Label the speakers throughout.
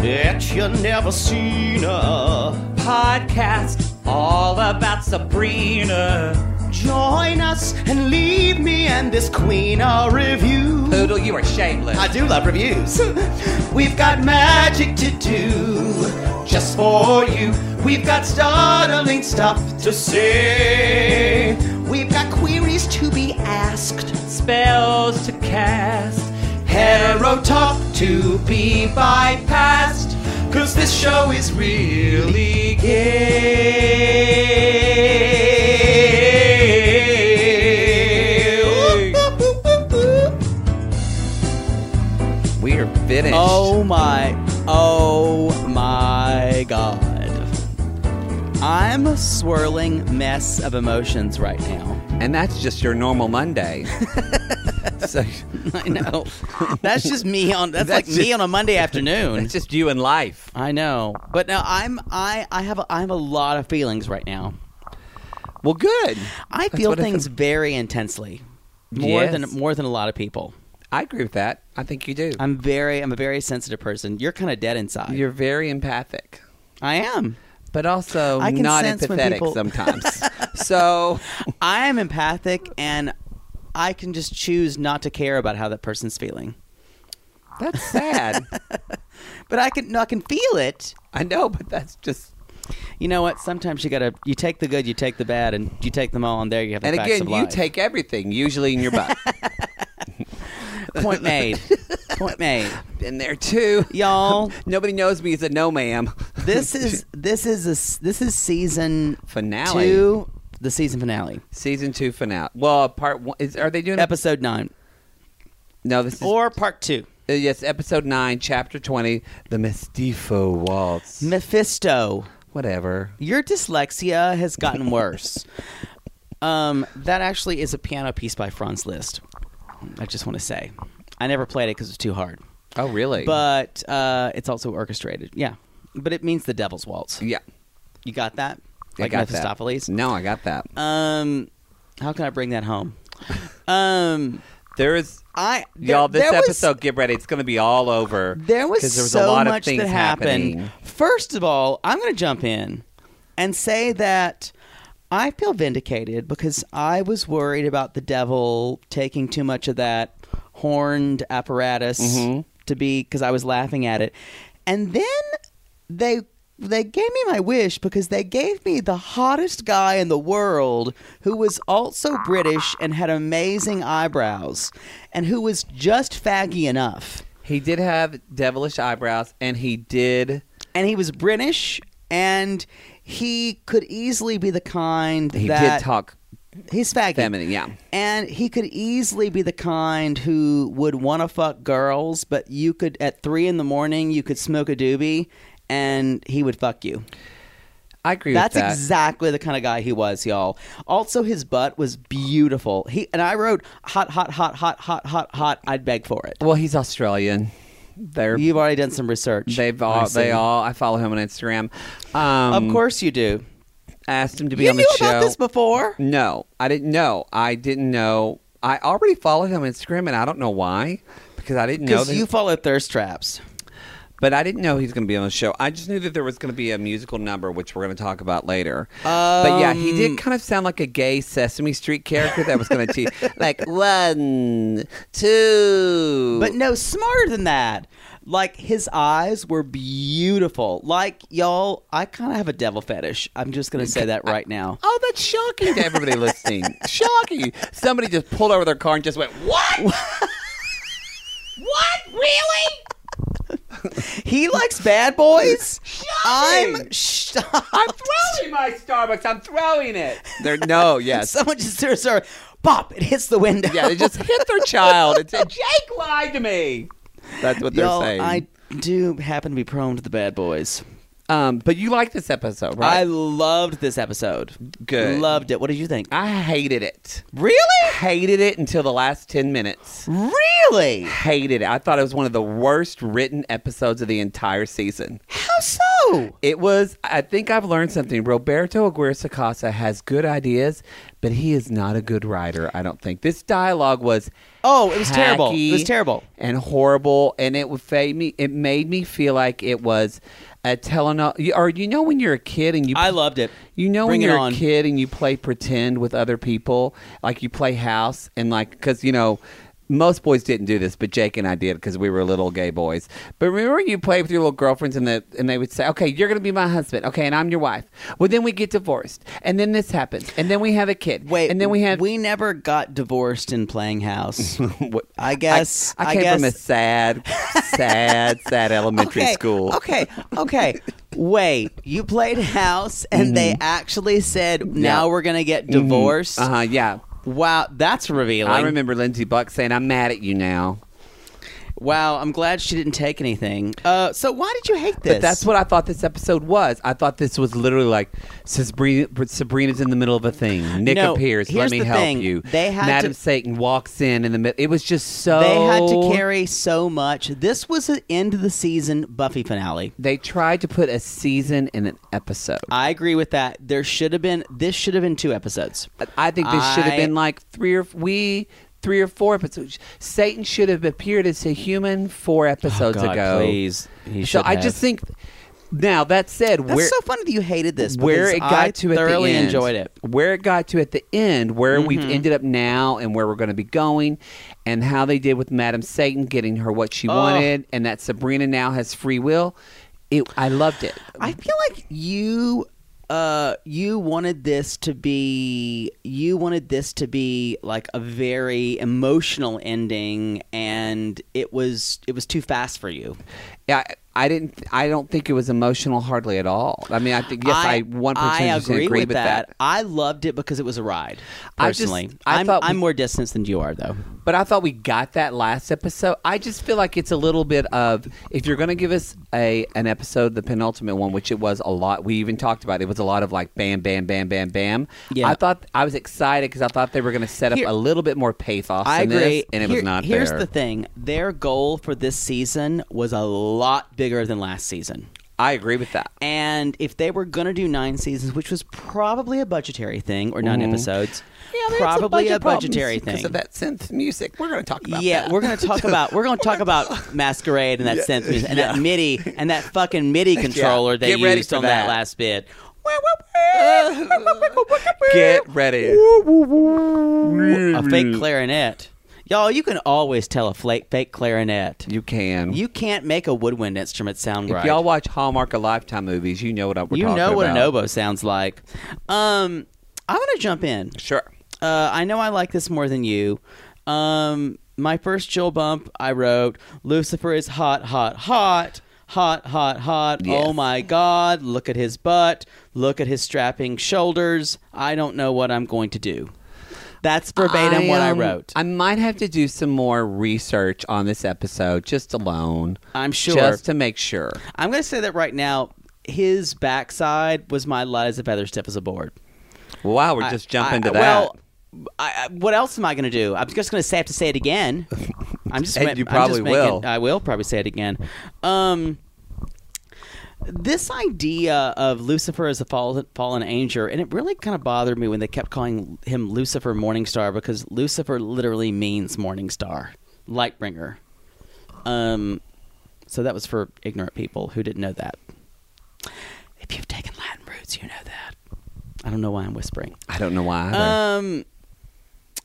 Speaker 1: you never seen her.
Speaker 2: Podcast all about Sabrina.
Speaker 1: Join us and leave me and this queen a review.
Speaker 2: Poodle, you are shameless.
Speaker 1: I do love reviews. We've got magic to do just for you. We've got startling stuff to say. We've got queries to be asked.
Speaker 2: Spells to cast.
Speaker 1: Hero talk to be bypassed. Cause this show is really gay.
Speaker 2: We are finished.
Speaker 1: Oh my, oh my god. I'm a swirling mess of emotions right now.
Speaker 2: And that's just your normal Monday. so
Speaker 1: I know. That's just me on that's,
Speaker 2: That's
Speaker 1: like me
Speaker 2: just-
Speaker 1: on a Monday afternoon.
Speaker 2: it's just you and life.
Speaker 1: I know. But now I'm I I have a, I have a lot of feelings right now.
Speaker 2: Well, good.
Speaker 1: I
Speaker 2: That's
Speaker 1: feel
Speaker 2: what I
Speaker 1: things
Speaker 2: thought.
Speaker 1: very intensely. More
Speaker 2: Yes.
Speaker 1: than more than a lot of people.
Speaker 2: I agree with that. I think you do.
Speaker 1: I'm very I'm a very sensitive person. You're kind of dead inside.
Speaker 2: You're very empathic,
Speaker 1: I am.
Speaker 2: but also
Speaker 1: I can
Speaker 2: not
Speaker 1: sense when
Speaker 2: empathetic
Speaker 1: people-
Speaker 2: sometimes. so
Speaker 1: I am empathic and I can just choose not to care about how that person's feeling.
Speaker 2: that's sad.
Speaker 1: But I can no, I can feel it.
Speaker 2: I know, but that's just.
Speaker 1: You know what? Sometimes you gotta you take the good, you take the bad, and you take them all, and there you have the
Speaker 2: And
Speaker 1: facts
Speaker 2: again,
Speaker 1: of
Speaker 2: you
Speaker 1: life.
Speaker 2: take everything usually in your butt.
Speaker 1: Point made. Point made.
Speaker 2: Been there too.
Speaker 1: Y'all,
Speaker 2: Nobody knows me as a no, ma'am.
Speaker 1: this is this is a s this is season
Speaker 2: Finale.
Speaker 1: two, the season finale,
Speaker 2: season two finale. Well, part one is. Are they doing
Speaker 1: episode nine
Speaker 2: No, this is
Speaker 1: or part two.
Speaker 2: uh, yes, episode nine, chapter twenty, the Mestifo Waltz.
Speaker 1: Mephisto,
Speaker 2: Whatever.
Speaker 1: your dyslexia has gotten worse. um, that actually is a piano piece by Franz Liszt. I just want to say, I never played it because it's too hard,
Speaker 2: Oh, really?
Speaker 1: but uh, it's also orchestrated. Yeah, but it means the Devil's Waltz.
Speaker 2: yeah,
Speaker 1: You got that? Like
Speaker 2: I got
Speaker 1: Mephistopheles.
Speaker 2: That. No, I got that.
Speaker 1: Um, how can I bring that home? Um,
Speaker 2: There is
Speaker 1: I there-
Speaker 2: y'all. This
Speaker 1: there was-
Speaker 2: episode, get ready. It's going to be all over.
Speaker 1: there was
Speaker 2: 'cause there was
Speaker 1: so
Speaker 2: a lot
Speaker 1: much
Speaker 2: of things
Speaker 1: that happened.
Speaker 2: happening.
Speaker 1: First of all, I'm going to jump in and say that I feel vindicated because I was worried about the devil taking too much of that horned apparatus
Speaker 2: Mm-hmm.
Speaker 1: to be because I was laughing at it, and then they they gave me my wish because they gave me the hottest guy in the world who was also British and had amazing eyebrows and who was just faggy enough.
Speaker 2: He did have devilish eyebrows, and he did.
Speaker 1: and he was British, and he could easily be the kind
Speaker 2: He
Speaker 1: that
Speaker 2: did talk
Speaker 1: He's faggy,
Speaker 2: feminine. Yeah,
Speaker 1: and he could easily be the kind who would want to fuck girls, but you could at three in the morning you could smoke a doobie, and he would fuck you.
Speaker 2: I agree
Speaker 1: That's
Speaker 2: with that.
Speaker 1: exactly the kind of guy he was, y'all. Also, his butt was beautiful. He and I wrote hot, hot, hot, hot, hot, hot, hot. I'd beg for it.
Speaker 2: well, he's Australian. They're
Speaker 1: You've already done some research.
Speaker 2: they've
Speaker 1: I
Speaker 2: all
Speaker 1: see.
Speaker 2: they all. I follow him on Instagram. Um,
Speaker 1: Of course you do.
Speaker 2: asked him to be
Speaker 1: You
Speaker 2: on the
Speaker 1: knew
Speaker 2: show.
Speaker 1: about this before.
Speaker 2: No, I didn't know. I didn't know. I already followed him on Instagram, and I don't know why because I didn't know.
Speaker 1: Because
Speaker 2: That,
Speaker 1: you follow thirst traps.
Speaker 2: but I didn't know he's going to be on the show. I just knew that there was going to be a musical number, which we're going to talk about later. but yeah, he did kind of sound like a gay Sesame Street character that was going to teach, like one, two.
Speaker 1: But no, smarter than that. Like his eyes were beautiful. Like y'all, I kind of have a devil fetish. I'm just gonna say that right now.
Speaker 2: oh, that's shocking to everybody listening. shocking. Somebody just pulled over their car and just went, "What? what? Really?"
Speaker 1: He likes bad boys. I'm shocked.
Speaker 2: I'm throwing my Starbucks. I'm throwing it. There, no, yes.
Speaker 1: Someone just sorry, sorry. Pop! It hits the window.
Speaker 2: Yeah, they just hit their child and said, Jake lied to me. That's what they're
Speaker 1: y'all.
Speaker 2: saying.
Speaker 1: I do happen to be prone to the bad boys.
Speaker 2: um, but you like this episode,
Speaker 1: I
Speaker 2: right?
Speaker 1: loved this episode.
Speaker 2: Good.
Speaker 1: Loved it. What did you think?
Speaker 2: I, hated it.
Speaker 1: Really?
Speaker 2: Hated it until the last 10 minutes.
Speaker 1: Really?
Speaker 2: Hated it. I thought it was one of the worst written episodes of the entire season.
Speaker 1: How so?
Speaker 2: It was, I think I've learned something. Roberto Aguirre Sacasa has good ideas, but he is not a good writer, I don't think. This dialogue was
Speaker 1: Oh, it was terrible. It was
Speaker 2: tacky
Speaker 1: terrible.
Speaker 2: and horrible, and it would fade me. It made me feel like it was a telenovela. you- Or you know when you're a kid and you
Speaker 1: I loved it.
Speaker 2: You know
Speaker 1: Bring
Speaker 2: when
Speaker 1: it
Speaker 2: you're
Speaker 1: on.
Speaker 2: a kid and you play pretend with other people, like you play house and like because you know. Most boys didn't do this, but Jake and I did because we were little gay boys. But remember, you played with your little girlfriends, and the and they would say, "Okay, you're going to be my husband. Okay, and I'm your wife." Well, then we get divorced, and then this happens, and then we have a kid.
Speaker 1: Wait,
Speaker 2: and then we have
Speaker 1: we never got divorced in playing house.
Speaker 2: What-
Speaker 1: I guess.
Speaker 2: I,
Speaker 1: I,
Speaker 2: came
Speaker 1: guess,
Speaker 2: from a sad, sad, sad elementary
Speaker 1: okay,
Speaker 2: school.
Speaker 1: Okay, okay. Wait, you played house, and they actually said, "Now
Speaker 2: Mm-hmm. Yeah.
Speaker 1: we're gonna get divorced."
Speaker 2: Uh huh. Yeah.
Speaker 1: Wow, that's revealing.
Speaker 2: I remember Lindsay Buck saying, "I'm mad at you now."
Speaker 1: Wow, I'm glad she didn't take anything. Uh, so why did you hate this?
Speaker 2: But that's what I thought this episode was. I thought this was literally like Sabrina, Sabrina's in the middle of a thing. Nick
Speaker 1: No,
Speaker 2: appears.
Speaker 1: here's
Speaker 2: Let me
Speaker 1: the
Speaker 2: help
Speaker 1: thing.
Speaker 2: you.
Speaker 1: They had
Speaker 2: Madam
Speaker 1: to-
Speaker 2: Satan walks in in the middle. It was just so.
Speaker 1: they had
Speaker 2: Oh.
Speaker 1: to carry so much. This was an end of the season Buffy finale.
Speaker 2: They tried to put a season in an episode.
Speaker 1: I agree with that. There should have been this should have been two episodes.
Speaker 2: I think this should
Speaker 1: I-
Speaker 2: have been like three or we three or four episodes. Satan should have appeared as a human four episodes
Speaker 1: Oh, God,
Speaker 2: ago.
Speaker 1: please. He
Speaker 2: so
Speaker 1: should
Speaker 2: I
Speaker 1: have.
Speaker 2: just think. Now that said,
Speaker 1: That's
Speaker 2: where
Speaker 1: so funny that you hated this.
Speaker 2: where
Speaker 1: because
Speaker 2: it got
Speaker 1: I
Speaker 2: to at
Speaker 1: thoroughly
Speaker 2: the end,
Speaker 1: enjoyed it.
Speaker 2: Where it got to at the end, where we've
Speaker 1: Mm-hmm.
Speaker 2: ended up now, and where we're going to be going, and how they did with Madam Satan getting her what
Speaker 1: Oh.
Speaker 2: she wanted, and that Sabrina now has free will. It, I loved it.
Speaker 1: I feel like you uh you wanted this to be you wanted this to be like a very emotional ending and it was it was too fast for you.
Speaker 2: Yeah, I, I didn't. I don't think it was emotional hardly at all. I mean, I think yes, I one
Speaker 1: I
Speaker 2: percent
Speaker 1: agree,
Speaker 2: agree
Speaker 1: with, that. I loved it because it was a ride.
Speaker 2: I just-
Speaker 1: Personally,
Speaker 2: I
Speaker 1: am
Speaker 2: thought we-
Speaker 1: I'm more distanced than you are, though.
Speaker 2: But I thought we got that last episode. I just feel like it's a little bit of if you're going to give us a an episode, the penultimate one, which it was a lot. We even talked about it, it was a lot of like bam, bam, bam, bam, bam.
Speaker 1: Yeah.
Speaker 2: I thought I was excited because I thought they were going to set up
Speaker 1: Here-
Speaker 2: a little bit more pathos.
Speaker 1: I
Speaker 2: in this,
Speaker 1: agree,
Speaker 2: and it
Speaker 1: Here-
Speaker 2: was not
Speaker 1: Here's
Speaker 2: there.
Speaker 1: the thing: their goal for this season was a lot bigger than last season.
Speaker 2: I agree with that.
Speaker 1: And if they were going to do nine seasons, which was probably a budgetary thing or
Speaker 2: Mm-hmm.
Speaker 1: 9 episodes, probably a, budgetary
Speaker 2: because
Speaker 1: thing.
Speaker 2: of that synth music. We're going to talk about.
Speaker 1: yeah, we're going to talk about we're going to talk about masquerade and that synth music and that MIDI and that fucking MIDI controller they
Speaker 2: Get ready
Speaker 1: used
Speaker 2: for
Speaker 1: on that.
Speaker 2: that.
Speaker 1: last bit.
Speaker 2: Get ready.
Speaker 1: A
Speaker 2: Mm.
Speaker 1: fake clarinet, y'all. You can always tell a flake, fake clarinet.
Speaker 2: You can.
Speaker 1: You can't make a woodwind instrument sound
Speaker 2: If
Speaker 1: right.
Speaker 2: y'all watch Hallmark of Lifetime movies, you know what I- we're
Speaker 1: you
Speaker 2: talking
Speaker 1: know what an
Speaker 2: about.
Speaker 1: oboe sounds like. Um, I'm going to jump in.
Speaker 2: Sure.
Speaker 1: Uh, I know I like this more than you. Um, my first Jill bump, I wrote Lucifer is hot, hot, hot, hot, hot, hot.
Speaker 2: Yes.
Speaker 1: Oh my God! Look at his butt. Look at his strapping shoulders. I don't know what I'm going to do. That's verbatim what I
Speaker 2: um,
Speaker 1: wrote.
Speaker 2: I might have to do some more research on this episode, just alone.
Speaker 1: I'm Uh, sure.
Speaker 2: Just to make sure.
Speaker 1: I'm going to say that right now. His backside was my light as a feather, stiff as a board.
Speaker 2: Wow, we're just jumping
Speaker 1: I-
Speaker 2: to that.
Speaker 1: Well, I, I- what else am I going to do? I'm just going to say I have to say it again. I'm just.
Speaker 2: And you
Speaker 1: ma- I'm just
Speaker 2: probably
Speaker 1: making-
Speaker 2: will.
Speaker 1: I will probably say it again. Um, this idea of Lucifer as a fallen, fallen angel, and it really kind of bothered me when they kept calling him Lucifer Morningstar because Lucifer literally means Morning Star, light bringer. Um, so that was for ignorant people who didn't know that. If you've taken Latin roots, you know that. I don't know why I'm whispering.
Speaker 2: I don't know why. either.
Speaker 1: Um.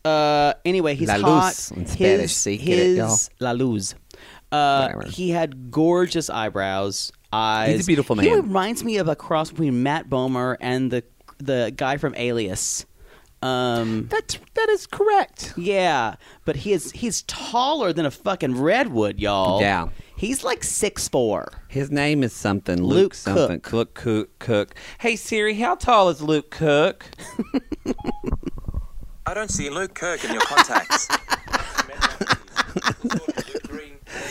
Speaker 1: Uh. Anyway, he's
Speaker 2: La luz
Speaker 1: hot.
Speaker 2: in Spanish. See, get it, y'all?
Speaker 1: his la luz. Uh,
Speaker 2: Whatever.
Speaker 1: he had gorgeous eyebrows. Eyes.
Speaker 2: He's a beautiful
Speaker 1: He
Speaker 2: man.
Speaker 1: reminds me of a cross between Matt Bomer and the the guy from Alias. Um.
Speaker 2: That's that is correct.
Speaker 1: Yeah, but he is he's taller than a fucking redwood, y'all.
Speaker 2: Yeah.
Speaker 1: He's like six four.
Speaker 2: His name is something Luke,
Speaker 1: Luke
Speaker 2: something Cook Cook Cook. Hey Siri, how tall is Luke Cook?
Speaker 3: I don't see Luke Kirk in your contacts.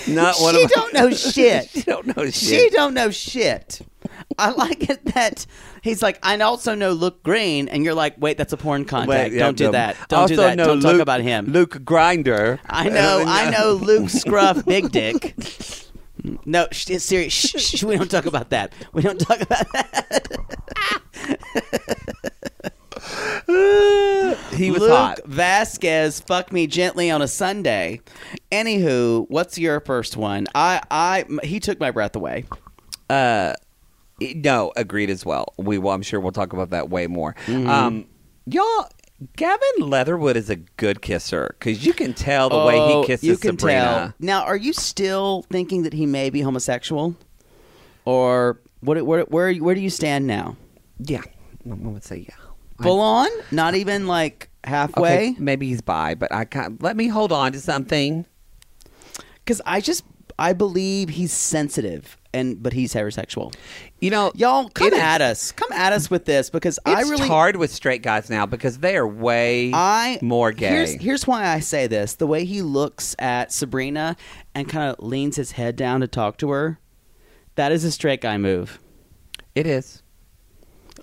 Speaker 2: Not one
Speaker 1: she
Speaker 2: of my,
Speaker 1: don't know shit.
Speaker 2: She don't know shit.
Speaker 1: She don't know shit. I like it that he's like, I also know Luke Green, and you're like, wait, that's a porn contact.
Speaker 2: Wait,
Speaker 1: don't do
Speaker 2: yeah,
Speaker 1: that.
Speaker 2: no.
Speaker 1: Don't do
Speaker 2: Also
Speaker 1: that.
Speaker 2: know
Speaker 1: Don't talk
Speaker 2: Luke-
Speaker 1: about him.
Speaker 2: Luke Grinder.
Speaker 1: I know, I know Luke Scruff, Big Dick. No, sh- it's serious. Shh, shh, we don't talk about that. We don't talk about that.
Speaker 2: He was
Speaker 1: Luke
Speaker 2: hot.
Speaker 1: Vasquez fucked me gently on a Sunday. Anywho, what's your first one? I, I, m- he took my breath away.
Speaker 2: No, agreed as well. We will. I'm sure we'll talk about that way more.
Speaker 1: Mm-hmm.
Speaker 2: Um, y'all, Gavin Leatherwood is a good kisser because you can tell the way
Speaker 1: Oh,
Speaker 2: he kisses
Speaker 1: you can
Speaker 2: Sabrina.
Speaker 1: Tell. Now, are you still thinking that he may be homosexual, or what? What? Where? Where do you stand now?
Speaker 2: Yeah, I would say yeah. I-
Speaker 1: Full on? Not even like halfway?
Speaker 2: Okay, maybe he's bi, but I can't. Let me hold on to something.
Speaker 1: Because I just I believe he's sensitive, and but he's heterosexual.
Speaker 2: You know,
Speaker 1: Y'all come
Speaker 2: it is-
Speaker 1: at us. Come at us with this because I
Speaker 2: It's
Speaker 1: really
Speaker 2: hard with straight guys now because they are way
Speaker 1: I
Speaker 2: more gay.
Speaker 1: Here's, here's why I say this: the way he looks at Sabrina and kind of leans his head down to talk to her, that is a straight guy move.
Speaker 2: it is.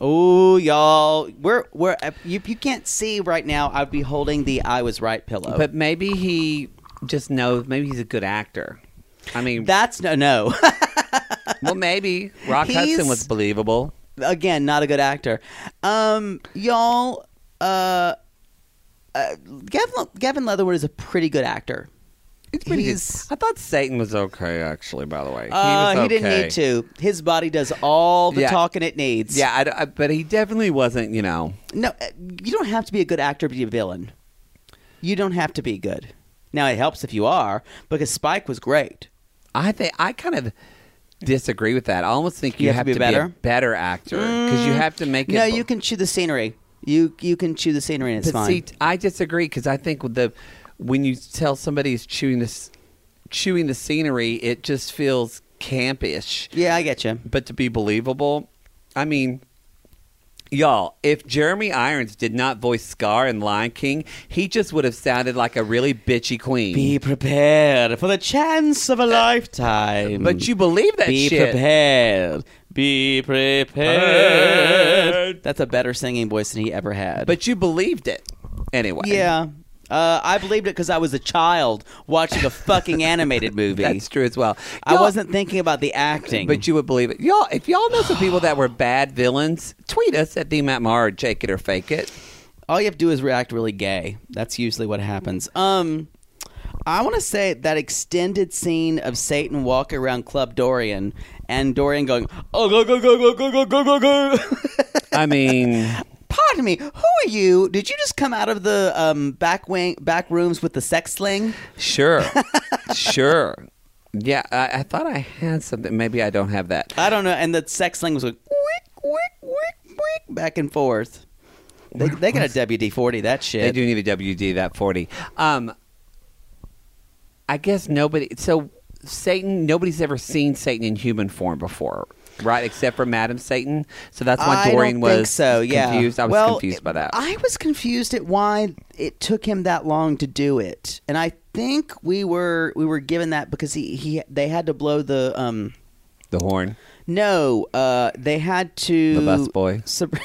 Speaker 1: Oh, y'all, we're we're uh, you, you can't see right now. I'd be holding the I was right pillow,
Speaker 2: But maybe he just knows. Maybe he's a good actor. I mean,
Speaker 1: that's no no.
Speaker 2: well, maybe Rock
Speaker 1: He's-
Speaker 2: Hudson was believable.
Speaker 1: again not a good actor um y'all uh, uh gavin, gavin leatherwood is a pretty good actor
Speaker 2: It's pretty good.
Speaker 1: He's-
Speaker 2: I thought Satan was okay, actually. By the way, he
Speaker 1: uh,
Speaker 2: was okay.
Speaker 1: he didn't need to his body does all the
Speaker 2: Yeah.
Speaker 1: talking it needs
Speaker 2: Yeah, I d I but he definitely wasn't. You know,
Speaker 1: no uh, you don't have to be a good actor to be a villain you don't have to be good now it helps if you are because spike was great
Speaker 2: I think I kind of disagree with that. I almost think you,
Speaker 1: You have to be better? Mm.
Speaker 2: a better actor because you have to make it.
Speaker 1: no you can chew the scenery you you can chew the scenery and it's
Speaker 2: But
Speaker 1: fine
Speaker 2: see, I disagree because I think with the when you tell somebody is chewing this chewing the scenery, it just feels campish.
Speaker 1: yeah i get you
Speaker 2: But to be believable, I mean, y'all, if Jeremy Irons did not voice Scar in Lion King, he just would have sounded like a really bitchy queen.
Speaker 1: be prepared for the chance of a lifetime
Speaker 2: but you believe that
Speaker 1: Be
Speaker 2: shit.
Speaker 1: prepared. Be prepared. That's a better singing voice than he ever had.
Speaker 2: But you believed it anyway.
Speaker 1: yeah, uh, I believed it because I was a child watching a fucking animated movie.
Speaker 2: That's true as well.
Speaker 1: I
Speaker 2: Y'all-
Speaker 1: wasn't thinking about the acting.
Speaker 2: But you would believe it. Y'all, if y'all know some people that were bad villains, tweet us at the Matt Maher, Jake it or fake it.
Speaker 1: all you have to do is react really gay. That's usually what happens. Um, I want to say that extended scene of Satan walking around Club Dorian and Dorian going, "Oh go go go go go go go go go."
Speaker 2: I mean,
Speaker 1: Pardon me. Who are you? Did you just come out of the um, back wing, back rooms with the sex sling?
Speaker 2: sure. Sure. Yeah, I, I thought I had something. Maybe I don't have that.
Speaker 1: I don't know. And the sex sling was like wick, wick, wick, wick, back and forth. They, they got a WD forty. That shit.
Speaker 2: They do need a WD, that 40. Um, I guess nobody. So, Satan, nobody's ever seen Satan in human form before. Right, except for Madam Satan. So that's why
Speaker 1: I
Speaker 2: Dorian
Speaker 1: don't
Speaker 2: was
Speaker 1: think so. Yeah.
Speaker 2: confused. I was
Speaker 1: Well,
Speaker 2: confused by that.
Speaker 1: I was confused at why it took him that long to do it, and I think we were we were given that because he, he they had to blow the um
Speaker 2: the horn.
Speaker 1: no uh they had to
Speaker 2: The busboy.
Speaker 1: Sab-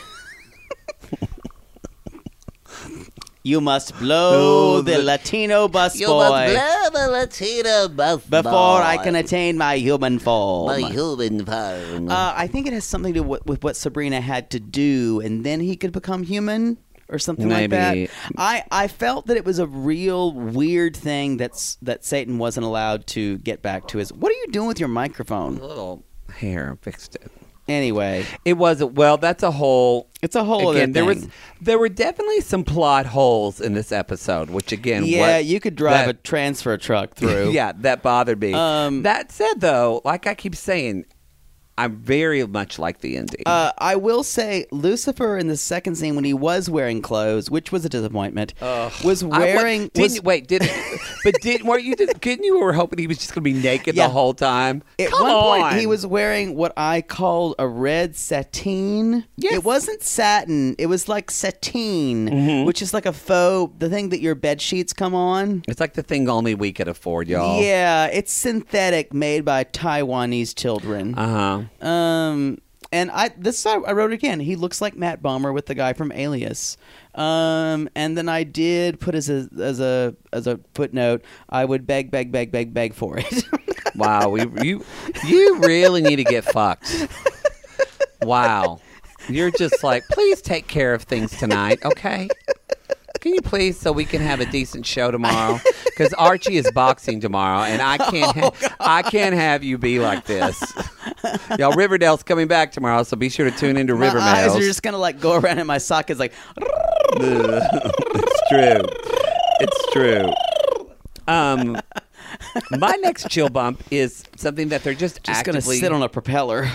Speaker 1: you must blow
Speaker 2: Oh,
Speaker 1: the,
Speaker 2: the-
Speaker 1: Latino busboy
Speaker 2: blow the Latino bus
Speaker 1: before I can attain my human form.
Speaker 2: human phone.
Speaker 1: Uh, I think it has something to do with, with what Sabrina had to do, and then he could become human or something
Speaker 2: Maybe.
Speaker 1: like that. I, I felt that it was a real weird thing that's that Satan wasn't allowed to get back to his. What are you doing with your microphone?
Speaker 2: little hair fixed it.
Speaker 1: Anyway,
Speaker 2: It was well. That's a whole.
Speaker 1: it's a whole
Speaker 2: again,
Speaker 1: other
Speaker 2: there was
Speaker 1: thing.
Speaker 2: there were definitely some plot holes in this episode, which again,
Speaker 1: yeah,
Speaker 2: what-
Speaker 1: you could drive
Speaker 2: that-
Speaker 1: a transfer truck through.
Speaker 2: yeah, that bothered me.
Speaker 1: Um,
Speaker 2: that said, though, like I keep saying, I very much like the ending.
Speaker 1: Uh, I will say Lucifer in the second scene when he was wearing clothes, which was a disappointment, was
Speaker 2: I wa-
Speaker 1: wearing.
Speaker 2: didn't
Speaker 1: was-
Speaker 2: wait did but didn't weren't you just kidding you were hoping he was just gonna be naked
Speaker 1: Yeah.
Speaker 2: the whole time
Speaker 1: at
Speaker 2: Come
Speaker 1: one
Speaker 2: on.
Speaker 1: point, he was wearing what I called a red sateen.
Speaker 2: Yes.
Speaker 1: It wasn't satin; it was like sateen,
Speaker 2: Mm-hmm.
Speaker 1: which is like a faux, the thing that your bed sheets come on.
Speaker 2: it's like the thing only we could afford y'all
Speaker 1: Yeah, it's synthetic, made by Taiwanese children.
Speaker 2: uh-huh
Speaker 1: Um, and I this I, I wrote again. He looks like Matt Bomber with the guy from Alias. Um, and then I did put as a as a as a footnote. I would beg, beg, beg, beg, beg for it.
Speaker 2: Wow, we, you you really need to get fucked. Wow, you're just like, please take care of things tonight, okay? can you please, so we can have a decent show tomorrow? Because Archie is boxing tomorrow, and I
Speaker 1: Oh,
Speaker 2: can't, ha- I can't have you be like this. Y'all, Riverdale's coming back tomorrow, so be sure to tune into
Speaker 1: My eyes are
Speaker 2: Riverdale.
Speaker 1: just gonna like go around in my sockets, like
Speaker 2: it's true. It's true. Um, my next chill bump is something that they're just,
Speaker 1: just gonna
Speaker 2: actively
Speaker 1: sit on a propeller.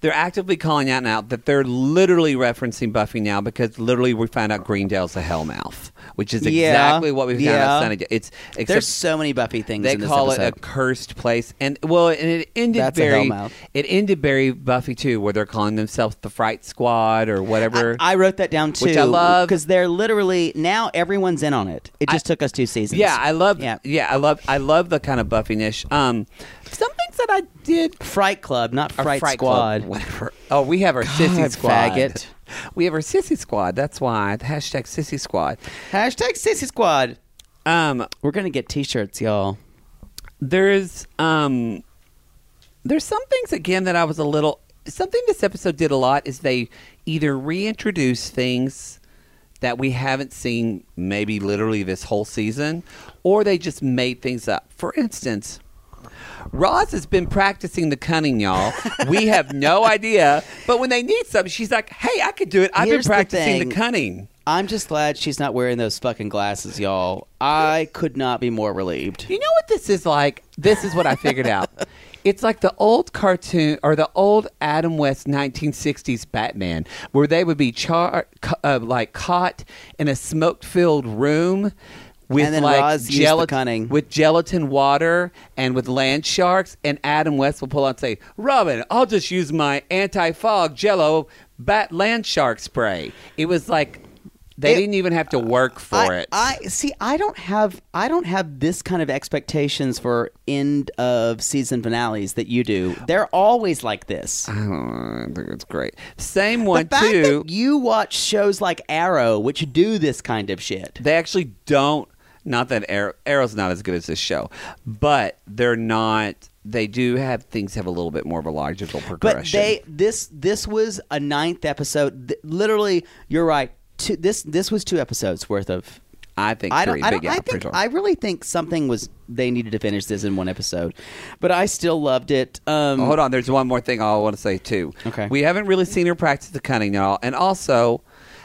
Speaker 2: They're actively calling out now that they're literally referencing Buffy now because literally we find out Greendale's a hellmouth, which is
Speaker 1: Yeah.
Speaker 2: exactly what we've found
Speaker 1: Yeah.
Speaker 2: out. Sunny. It's except
Speaker 1: There's so many Buffy things.
Speaker 2: they
Speaker 1: in this
Speaker 2: call it a
Speaker 1: episode.
Speaker 2: cursed place, and well, and it ended
Speaker 1: That's a
Speaker 2: very.
Speaker 1: hellmouth.
Speaker 2: It ended very Buffy too, where they're calling themselves the Fright Squad or whatever.
Speaker 1: I wrote that down too,
Speaker 2: Which I love.
Speaker 1: because they're literally now everyone's in on it. It just took us two seasons.
Speaker 2: yeah, I love.
Speaker 1: Yeah.
Speaker 2: Yeah. I love. I love the kind of Buffy niche. Um, some things that I did
Speaker 1: Fright Club, not
Speaker 2: Our
Speaker 1: Fright,
Speaker 2: Club,
Speaker 1: Squad.
Speaker 2: whatever. Oh, we have our sissy
Speaker 1: God,
Speaker 2: squad.
Speaker 1: faggot.
Speaker 2: We have our sissy squad. That's why the hashtag sissy squad.
Speaker 1: Hashtag Sissy Squad.
Speaker 2: Um,
Speaker 1: We're gonna get T-shirts, y'all.
Speaker 2: there's um, there's some things again that I was a little something this episode did a lot is they either reintroduce things that we haven't seen maybe literally this whole season, or they just made things up. For instance. Roz has been practicing the cunning, y'all. We have no idea. But when they need something, she's like, hey, I could do it. I've
Speaker 1: Here's the
Speaker 2: been practicing the,
Speaker 1: thing.
Speaker 2: cunning.
Speaker 1: I'm just glad she's not wearing those fucking glasses, y'all. I could not be more relieved.
Speaker 2: You know what this is like? This is what I figured out. It's like the old cartoon or the old Adam West 1960s Batman, where they would be char- ca- uh, like caught in a smoke-filled room with
Speaker 1: And then
Speaker 2: like
Speaker 1: Roz used the
Speaker 2: gelat-
Speaker 1: cunning.
Speaker 2: with gelatin water and with land sharks. And Adam West will pull out and say, "Robin, I'll just use my anti-fog Jello bat land shark spray." It was like they
Speaker 1: It-
Speaker 2: didn't even have to work for
Speaker 1: I,
Speaker 2: it.
Speaker 1: I see. I don't have. I don't have this kind of expectations for end of season finales that you do. They're always like this.
Speaker 2: I don't think it's great. Same
Speaker 1: The
Speaker 2: one
Speaker 1: fact
Speaker 2: too.
Speaker 1: that you watch shows like Arrow, which do this kind of shit.
Speaker 2: they actually don't. Not that Arrow, Arrow's not as good as this show, but they're not. They do have things have a little bit more of a logical
Speaker 1: But
Speaker 2: progression.
Speaker 1: they this this was a ninth episode. Th- literally, you're right. Two, this this was two episodes worth of.
Speaker 2: I think,
Speaker 1: I
Speaker 2: three,
Speaker 1: don't. I,
Speaker 2: but
Speaker 1: don't
Speaker 2: yeah,
Speaker 1: I
Speaker 2: for
Speaker 1: think
Speaker 2: sure.
Speaker 1: I really think something was they needed to finish this in one episode, but I still loved it. Um,
Speaker 2: Oh, hold on. There's one more thing I want to say too.
Speaker 1: Okay.
Speaker 2: We haven't really seen her practice the cunning at all, and also.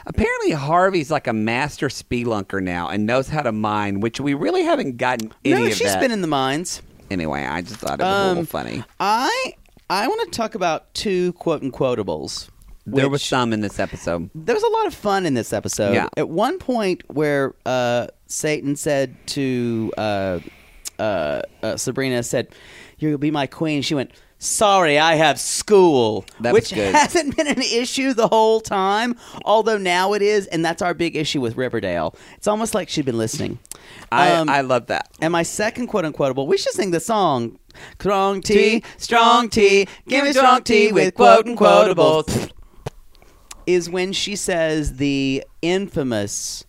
Speaker 2: Apparently Harvey's like a master spelunker now and knows how to mine, which we really haven't gotten any
Speaker 1: no,
Speaker 2: of
Speaker 1: she's
Speaker 2: that.
Speaker 1: been in the mines.
Speaker 2: anyway, I just thought it was a
Speaker 1: Um,
Speaker 2: little funny.
Speaker 1: I I want to talk about two quote unquotables.
Speaker 2: There was
Speaker 1: which-
Speaker 2: some in this episode.
Speaker 1: there was a lot of fun in this episode.
Speaker 2: Yeah.
Speaker 1: At one point where uh, Satan said to uh, uh, uh, Sabrina, said, "You'll be my queen." She went, "Sorry, I have school,"
Speaker 2: That was
Speaker 1: which
Speaker 2: good.
Speaker 1: hasn't been an issue the whole time. Although now it is, and that's our big issue with Riverdale. It's almost like she'd been listening.
Speaker 2: I,
Speaker 1: Um,
Speaker 2: I love that.
Speaker 1: and my second quote unquoteable, we should sing the song. Strong tea, strong tea, give me strong tea with quote unquotables. Is when she says the infamous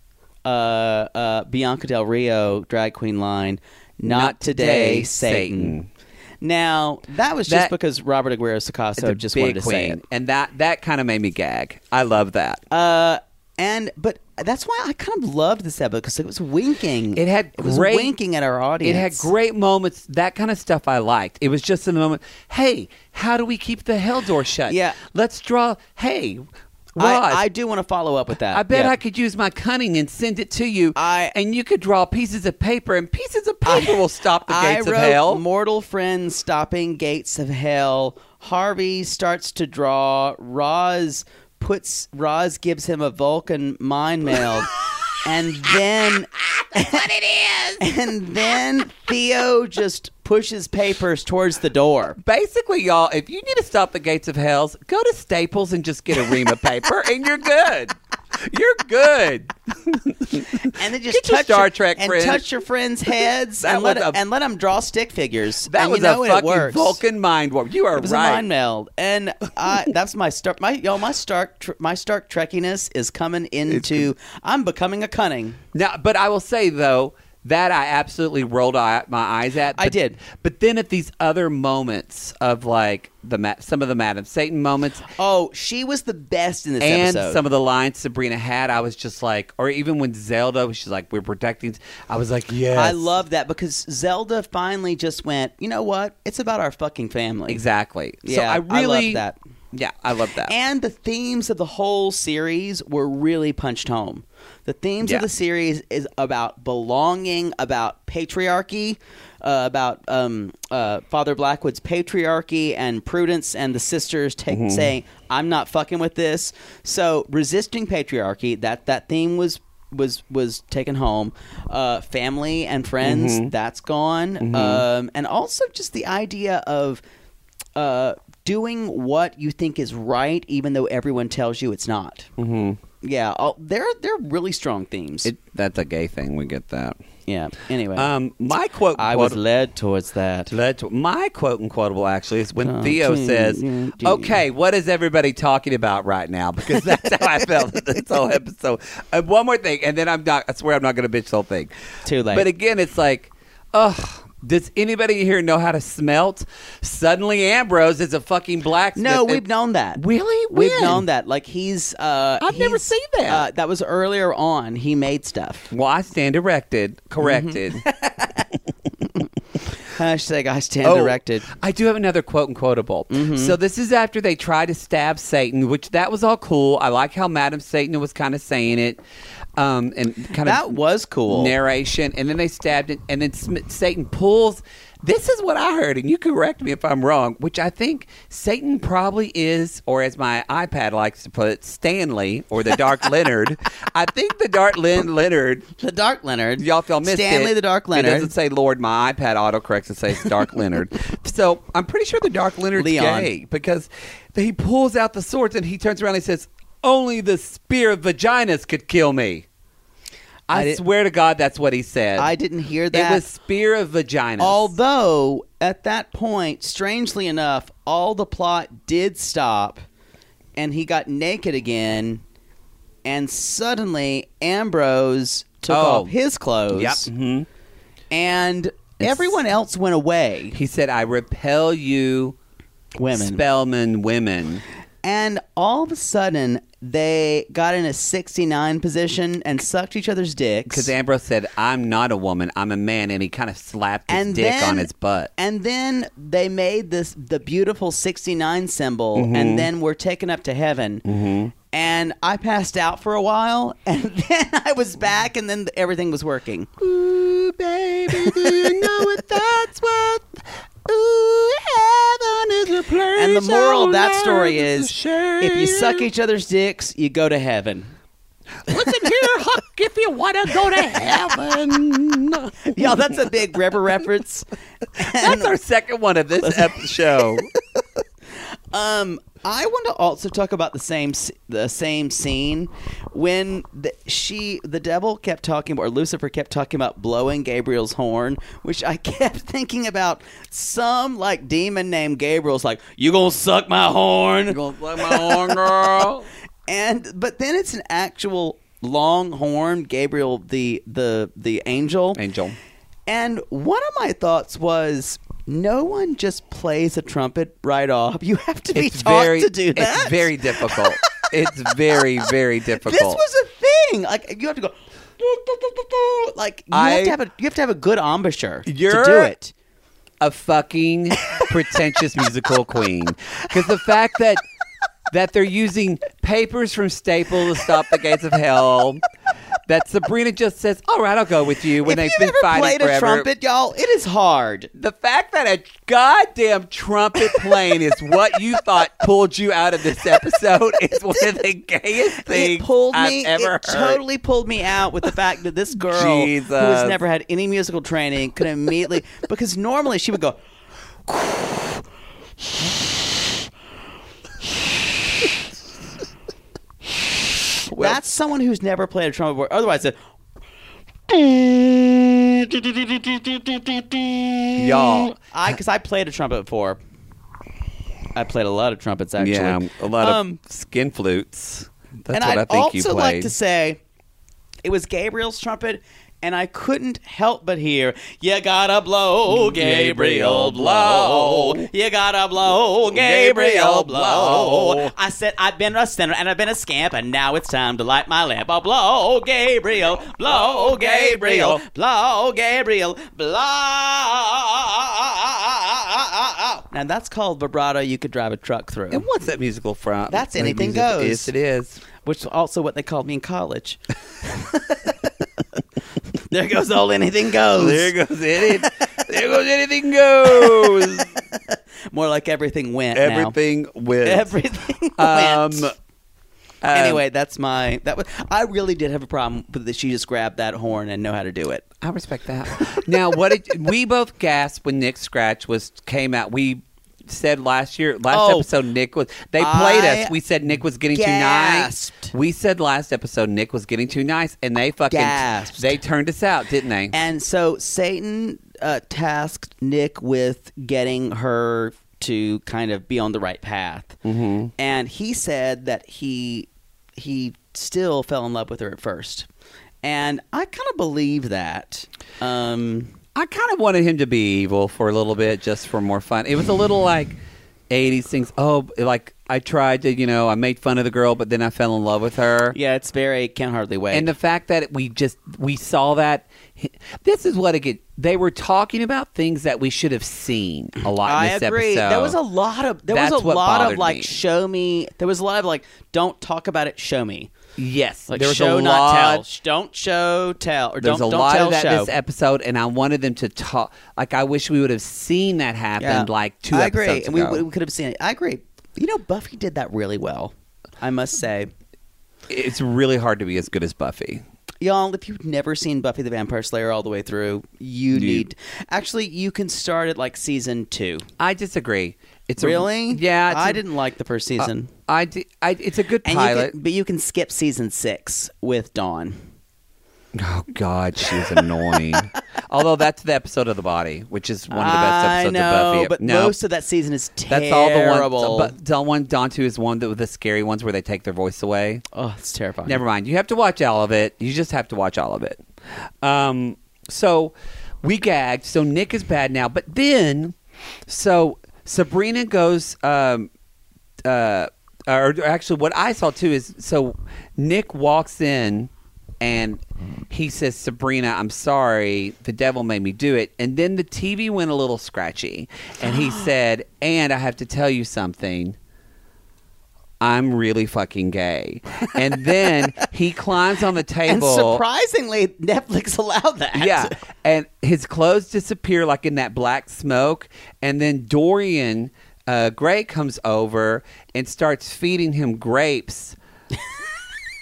Speaker 1: uh, uh, Bianca Del Rio drag queen line, not, today, Satan. Now, that was just
Speaker 2: That-
Speaker 1: because Robert Aguero Picasso
Speaker 2: the
Speaker 1: just
Speaker 2: big
Speaker 1: wanted to
Speaker 2: queen,
Speaker 1: say it.
Speaker 2: and that that kind of made me gag. I love that.
Speaker 1: Uh, and but that's why I kind of loved this episode because it was winking.
Speaker 2: It had
Speaker 1: it was
Speaker 2: great-
Speaker 1: winking at our audience.
Speaker 2: it had great moments. That kind of stuff I liked. It was just in the moment. Hey, how do we keep the hell door shut?
Speaker 1: Yeah.
Speaker 2: let's draw. Hey, Roz,
Speaker 1: I, I
Speaker 2: I,
Speaker 1: do want to follow up with that.
Speaker 2: bet
Speaker 1: Yeah.
Speaker 2: I could use my cunning and send it to you.
Speaker 1: I-
Speaker 2: and you could draw pieces of paper, and pieces of paper will stop the
Speaker 1: I
Speaker 2: gates
Speaker 1: wrote
Speaker 2: of hell.
Speaker 1: Mortal Friends Stopping Gates of Hell. Harvey starts to draw. Roz puts Roz gives him a Vulcan mind meld. and then That's what it is. And then Theo just pushes papers towards the door.
Speaker 2: Basically, y'all, if you need to stop the gates of hells, go to Staples and just get a ream of paper, and you're good. You're good.
Speaker 1: And then just
Speaker 2: Get your
Speaker 1: touch
Speaker 2: Star Trek
Speaker 1: and
Speaker 2: friend.
Speaker 1: touch your friends' heads
Speaker 2: That
Speaker 1: and let
Speaker 2: was a-
Speaker 1: and let them draw stick figures.
Speaker 2: That
Speaker 1: and
Speaker 2: was
Speaker 1: you know
Speaker 2: a
Speaker 1: it
Speaker 2: fucking
Speaker 1: works.
Speaker 2: Vulcan mind warp. You are
Speaker 1: It was
Speaker 2: right.
Speaker 1: a mind meld, and I, that's my Stark. My y'all, my Stark, tr- my Stark Trekkiness is coming into. I'm becoming a cunning.
Speaker 2: now, but I will say though, That I absolutely rolled eye, my eyes at.
Speaker 1: I
Speaker 2: but-
Speaker 1: did.
Speaker 2: But then at these other moments of like the Ma- some of the Madam Satan moments,
Speaker 1: Oh, she was the best in this
Speaker 2: and
Speaker 1: episode.
Speaker 2: some of the lines Sabrina had, I was just like, or even when Zelda, she's like, "We're protecting," I was like, "Yes,
Speaker 1: I love that because Zelda finally just went, you know what? It's about our fucking family.
Speaker 2: exactly." so
Speaker 1: Yeah,
Speaker 2: I
Speaker 1: I loved
Speaker 2: really
Speaker 1: that.
Speaker 2: Yeah, I love that.
Speaker 1: And the themes of the whole series were really punched home. The themes
Speaker 2: Yeah.
Speaker 1: of the series is about belonging, about patriarchy, uh, about um, uh, Father Blackwood's patriarchy and prudence, and the sisters take,
Speaker 2: Mm-hmm.
Speaker 1: saying, "I'm not fucking with this." So resisting patriarchy that that theme was was was taken home. Uh, family and friends
Speaker 2: Mm-hmm.
Speaker 1: that's gone, um, and also just the idea of uh, doing what you think is right, even though everyone tells you it's not. Mm-hmm. Yeah, all, they're they're really strong themes.
Speaker 2: It, that's a gay thing. We get that.
Speaker 1: yeah. Anyway,
Speaker 2: Um, my quote.
Speaker 1: I was
Speaker 2: quote,
Speaker 1: led towards that.
Speaker 2: led to- my quote and quotable actually is when
Speaker 1: Oh,
Speaker 2: Theo
Speaker 1: gee,
Speaker 2: says,
Speaker 1: yeah, gee.
Speaker 2: "Okay, what is everybody talking about right now?" Because that's how I felt this whole episode. And one more thing, and then I'm not. I swear I'm not going to bitch the whole thing.
Speaker 1: Too late.
Speaker 2: But again, it's like, ugh. Does anybody here know how to smelt? Suddenly, Ambrose is a fucking blacksmith.
Speaker 1: No,
Speaker 2: and-
Speaker 1: we've known that.
Speaker 2: Really?
Speaker 1: We've
Speaker 2: When?
Speaker 1: known that. Like he's. Uh,
Speaker 2: I've never
Speaker 1: he's-
Speaker 2: seen that.
Speaker 1: Uh, that was earlier on. He made stuff.
Speaker 2: Well, I stand erected, corrected.
Speaker 1: Mm-hmm. Hashtag I stand
Speaker 2: Oh,
Speaker 1: directed.
Speaker 2: I do have another quote and quotable.
Speaker 1: Mm-hmm.
Speaker 2: So this is after they try to stab Satan, which that was all cool. I like how Madam Satan was kind of saying it, um, and kind
Speaker 1: That
Speaker 2: of
Speaker 1: was cool.
Speaker 2: narration. And then they stabbed it, and then Sm- Satan pulls. This is what I heard, and you correct me if I'm wrong. Which I think Satan probably is, or as my iPad likes to put, Stanley or the Dark Leonard. I think the Dark Lin- Leonard
Speaker 1: the Dark Leonard.
Speaker 2: Y'all, if y'all missed it,
Speaker 1: Stanley the Dark
Speaker 2: It
Speaker 1: Leonard.
Speaker 2: doesn't say Lord. My iPad autocorrects and says Dark Leonard. So I'm pretty sure the Dark Leonard's
Speaker 1: Leon.
Speaker 2: gay because he pulls out the swords and he turns around and he says, "Only the spear of vaginas could kill me."
Speaker 1: I
Speaker 2: I,
Speaker 1: did-
Speaker 2: swear to God, that's what he said.
Speaker 1: I didn't hear
Speaker 2: It
Speaker 1: that.
Speaker 2: was spear of vaginas.
Speaker 1: Although at that point, strangely enough, all the plot did stop, and he got naked again, and suddenly Ambrose took
Speaker 2: Oh.
Speaker 1: off his clothes,
Speaker 2: yep. hmm
Speaker 1: and everyone else went away.
Speaker 2: He said, "I repel you,
Speaker 1: Women
Speaker 2: Spellman women."
Speaker 1: And all of a sudden, they got in a 69 position and sucked each other's dicks.
Speaker 2: Because Ambrose said, "I'm not a woman. I'm a man," and he kind of slapped his
Speaker 1: And
Speaker 2: dick
Speaker 1: then-
Speaker 2: on his butt.
Speaker 1: and then they made this the beautiful 69 symbol
Speaker 2: Mm-hmm.
Speaker 1: and then were taken up to heaven. And I passed out for a while and then I was back and then everything was working.
Speaker 2: Ooh, baby, do you know what that's worth? Ooh, heaven is a place.
Speaker 1: And the moral of that story
Speaker 2: on
Speaker 1: is
Speaker 2: earth a
Speaker 1: if you suck
Speaker 2: shame.
Speaker 1: each other's dicks, you go to heaven.
Speaker 2: listen here, Huck, if you want to go to heaven.
Speaker 1: Y'all, that's a big river reference.
Speaker 2: That's our second one of this ep- show.
Speaker 1: Um, I want to also talk about the same s- the same scene when the, she the devil kept talking or Lucifer kept talking about blowing Gabriel's horn, which I kept thinking about some like demon named Gabriel's like you gonna suck my horn,
Speaker 2: gonna play my horn, girl?
Speaker 1: and but then it's an actual long horn Gabriel the the the angel
Speaker 2: Angel.
Speaker 1: and one of my thoughts was. No one just plays a trumpet right off. You have to be taught to do that.
Speaker 2: It's very difficult. It's very, very difficult.
Speaker 1: This was a thing. Like you have to go. Like you
Speaker 2: I-
Speaker 1: have to have a you have to have a good embouchure to
Speaker 2: You're-
Speaker 1: do it.
Speaker 2: a fucking pretentious musical queen because the fact that that they're using papers from Staples to stop the gates of hell. That Sabrina just says, "All right, I'll go with you." When
Speaker 1: if
Speaker 2: they've
Speaker 1: you've
Speaker 2: been
Speaker 1: ever
Speaker 2: fighting
Speaker 1: played
Speaker 2: forever,
Speaker 1: a trumpet, y'all, it is hard.
Speaker 2: the fact that a goddamn trumpet playing is what you thought pulled you out of this episode is one of the gayest things
Speaker 1: It pulled
Speaker 2: I've
Speaker 1: me.
Speaker 2: ever heard.
Speaker 1: it totally pulled me out with the fact that this girl
Speaker 2: Jesus.
Speaker 1: who has never had any musical training could immediately because normally she would go. That's someone who's never played a trumpet before. Otherwise, it,
Speaker 2: y'all.
Speaker 1: I because I played a trumpet before. I played a lot of trumpets actually.
Speaker 2: Yeah, a lot
Speaker 1: Um,
Speaker 2: of skin flutes. That's
Speaker 1: and
Speaker 2: what
Speaker 1: I'd
Speaker 2: I think
Speaker 1: also
Speaker 2: you played.
Speaker 1: like to say, it was Gabriel's trumpet, and I couldn't help but hear, "You gotta blow, Gabriel, blow. You gotta blow, Gabriel, blow." I said, "I've been a sinner and I've been a scamp, and now it's time to light my lamp. Oh, blow, Gabriel, blow, Gabriel, blow, Gabriel, blow." Now that's called vibrato. You could drive a truck through.
Speaker 2: And what's that musical from?
Speaker 1: That's
Speaker 2: Like,
Speaker 1: Anything
Speaker 2: music-
Speaker 1: Goes.
Speaker 2: Yes, it is.
Speaker 1: which is also what they called me in college. there goes all anything goes.
Speaker 2: There goes any, There goes anything goes.
Speaker 1: More like everything went. now.
Speaker 2: Everything Um, with
Speaker 1: Everything went.
Speaker 2: uh,
Speaker 1: anyway, that's my that was. I really did have a problem with that. She just grabbed that horn and know how to do it.
Speaker 2: I respect that. now, what did we both gasped when Nick Scratch was came out? We said last year, last
Speaker 1: Oh.
Speaker 2: episode, Nick was. They played
Speaker 1: I
Speaker 2: us. We said Nick was getting too nice.
Speaker 1: gasped.
Speaker 2: We said last episode Nick was getting too nice, and they fucking
Speaker 1: Gasped.
Speaker 2: they turned us out, didn't they?
Speaker 1: And so Satan uh, tasked Nick with getting her to kind of be on the right path, mm-hmm. and he said that he he still fell in love with her at first, and I kind of believe that. Um,
Speaker 2: I kind of wanted him to be evil for a little bit, just for more fun. It was a little like '80s things. Oh, like I tried to, you know, I made fun of the girl, but then I fell in love with her.
Speaker 1: yeah, it's very can hardly wait.
Speaker 2: And the fact that we just we saw that this is what again they were talking about things that we should have seen a lot
Speaker 1: I
Speaker 2: in this
Speaker 1: agree.
Speaker 2: episode.
Speaker 1: There was a lot of there was
Speaker 2: That's
Speaker 1: a
Speaker 2: what
Speaker 1: lot
Speaker 2: bothered
Speaker 1: of like
Speaker 2: me.
Speaker 1: show me. There was a lot of like don't talk about it, show me.
Speaker 2: yes,
Speaker 1: Like
Speaker 2: there was a
Speaker 1: show
Speaker 2: lot
Speaker 1: not tell. Sh- Don't show tell or
Speaker 2: There's
Speaker 1: don't
Speaker 2: a
Speaker 1: don't
Speaker 2: lot
Speaker 1: tell
Speaker 2: of that
Speaker 1: show.
Speaker 2: this episode, and I wanted them to talk. Like I wish we would have seen that happen, like two
Speaker 1: I agree.
Speaker 2: episodes
Speaker 1: and we,
Speaker 2: ago.
Speaker 1: we we could have seen it. I agree. You know, Buffy did that really well. I must say,
Speaker 2: it's really hard to be as good as Buffy.
Speaker 1: y'all, if you've never seen Buffy the Vampire Slayer all the way through, you need. Actually, you can start at like season two.
Speaker 2: I disagree. It's a-
Speaker 1: Really?
Speaker 2: yeah. it's
Speaker 1: I
Speaker 2: a-
Speaker 1: didn't like the first season.
Speaker 2: I, di- I it's a good
Speaker 1: and
Speaker 2: pilot.
Speaker 1: You can, but you can skip season six with Dawn.
Speaker 2: Oh God, she's annoying. Although that's the episode of the body, which is one of the best
Speaker 1: I
Speaker 2: episodes
Speaker 1: know,
Speaker 2: of Buffy.
Speaker 1: but
Speaker 2: no,
Speaker 1: most of that season is
Speaker 2: that's
Speaker 1: terrible.
Speaker 2: all the one. But the one Don two is one of the scary ones where they take their voice away.
Speaker 1: oh, it's terrifying.
Speaker 2: Never mind. You have to watch all of it. You just have to watch all of it. Um, so we gagged. So Nick is bad now. But then, so Sabrina goes. Um, uh, or actually, what I saw too is so Nick walks in and he says, Sabrina, I'm sorry. The devil made me do it. And then the TV went a little scratchy. And he said, And I have to tell you something. I'm really fucking gay. And then he climbs on the
Speaker 1: And
Speaker 2: table.
Speaker 1: surprisingly, Netflix allowed that.
Speaker 2: Yeah. And his clothes disappear like in that black smoke. And then Dorian uh, Gray comes over and starts feeding him grapes.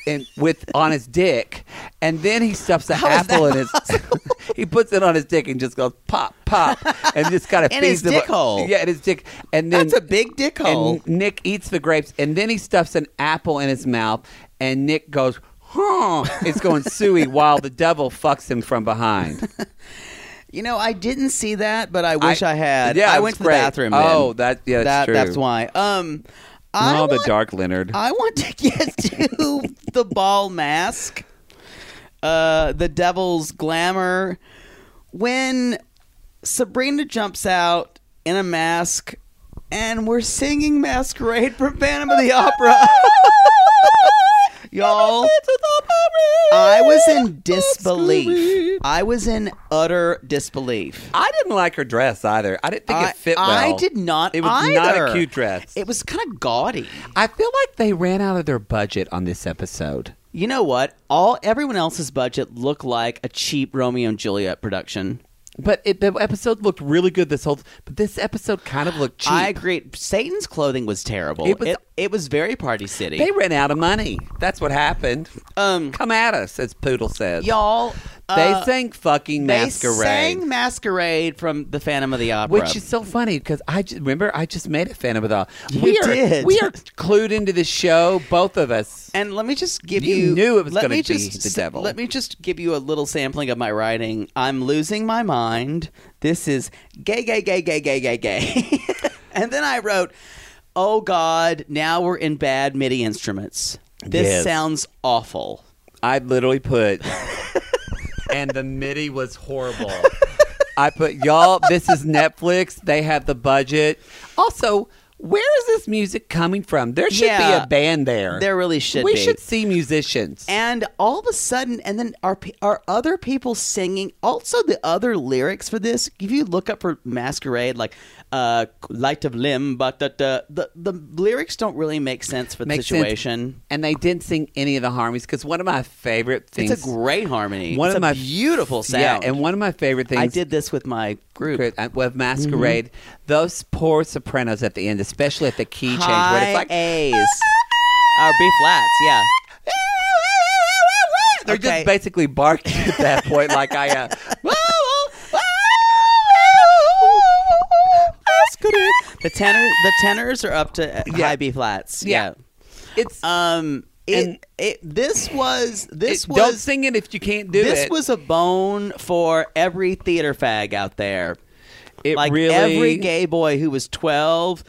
Speaker 2: And with on his dick, and then he stuffs an apple in his. he puts it on his dick and just goes pop, pop, and just kind of
Speaker 1: In
Speaker 2: feeds
Speaker 1: his
Speaker 2: him-
Speaker 1: dick hole.
Speaker 2: Yeah, in his dick, and then
Speaker 1: That's a big dick hole.
Speaker 2: and Nick eats the grapes, and then he stuffs an apple in his mouth, and Nick goes, huh. It's going suey while the devil fucks him from behind.
Speaker 1: You know, I didn't see that, but I wish I,
Speaker 2: I-
Speaker 1: had.
Speaker 2: Yeah,
Speaker 1: I
Speaker 2: it
Speaker 1: went
Speaker 2: was
Speaker 1: to the
Speaker 2: great.
Speaker 1: bathroom.
Speaker 2: Oh,
Speaker 1: then.
Speaker 2: that- yeah, that's true.
Speaker 1: That- That's why. Um, I
Speaker 2: oh,
Speaker 1: want,
Speaker 2: the dark Leonard.
Speaker 1: I want to get to the ball mask, uh, the devil's glamour. When Sabrina jumps out in a mask, and we're singing "Masquerade" from Phantom of the Opera. Y'all, I was in disbelief. I was in utter disbelief.
Speaker 2: I didn't like her dress either. I didn't think it fit well.
Speaker 1: I did not.
Speaker 2: It was not a
Speaker 1: either.
Speaker 2: cute dress.
Speaker 1: It was kind of gaudy.
Speaker 2: I feel like they ran out of their budget on this episode.
Speaker 1: You know what? All everyone else's budget looked like a cheap Romeo and Juliet production.
Speaker 2: But it, the episode looked really good. This whole, but this episode kind of looked cheap.
Speaker 1: I agree. Satan's clothing was terrible. It
Speaker 2: It
Speaker 1: was,
Speaker 2: was-
Speaker 1: it, was very Party City.
Speaker 2: they ran out of money. That's what happened.
Speaker 1: um,
Speaker 2: Come at us, as Poodle says.
Speaker 1: y'all,
Speaker 2: They
Speaker 1: uh,
Speaker 2: sang fucking
Speaker 1: they
Speaker 2: masquerade.
Speaker 1: sang Masquerade from the Phantom of the Opera,
Speaker 2: which is so funny because I just, remember I just made it Phantom of the
Speaker 1: You
Speaker 2: We are
Speaker 1: did.
Speaker 2: we are clued into the show, both of us.
Speaker 1: And let me just give you.
Speaker 2: You knew it was
Speaker 1: let
Speaker 2: gonna
Speaker 1: me
Speaker 2: be
Speaker 1: just
Speaker 2: the
Speaker 1: s-
Speaker 2: devil.
Speaker 1: Let me just give you a little sampling of my writing. I'm losing my mind. This is gay, gay, gay, gay, gay, gay, gay. and then I wrote, "Oh God, now we're in bad MIDI instruments. This
Speaker 2: Yes.
Speaker 1: sounds awful."
Speaker 2: I literally put and the MIDI was horrible. I put y'all. This is Netflix. They have the budget. Also, where is this music coming from? There should be
Speaker 1: Yeah.
Speaker 2: a band there.
Speaker 1: There really should
Speaker 2: we
Speaker 1: be.
Speaker 2: should see musicians.
Speaker 1: and all of a sudden, and then are pe- are other people singing? Also, the other lyrics for this, if you look up for Masquerade, like uh, "Light of Limb," but the, the the lyrics don't really make sense for the
Speaker 2: Makes sense.
Speaker 1: situation.
Speaker 2: And they didn't sing any of the harmonies because one of my favorite things.
Speaker 1: It's a great harmony.
Speaker 2: one
Speaker 1: It's
Speaker 2: of
Speaker 1: a
Speaker 2: my
Speaker 1: beautiful sound.
Speaker 2: Yeah, and one of my favorite things.
Speaker 1: I did Mm-hmm. this with my group.
Speaker 2: Chris, uh, with Masquerade, those poor sopranos at the end, especially at the key change, where
Speaker 1: High
Speaker 2: it's like
Speaker 1: A's, or B flats. Yeah.
Speaker 2: They're
Speaker 1: Okay.
Speaker 2: just basically barking at that point, like I uh,
Speaker 1: The tenor, the tenors are up to uh, high B flats.
Speaker 2: Yeah.
Speaker 1: Yeah.
Speaker 2: It's
Speaker 1: Um. It,
Speaker 2: And-
Speaker 1: it. This was. This
Speaker 2: it-
Speaker 1: was.
Speaker 2: don't sing it if you can't do
Speaker 1: this
Speaker 2: it.
Speaker 1: was a bone for every theater fag out there.
Speaker 2: it
Speaker 1: like
Speaker 2: really
Speaker 1: every gay boy who was 12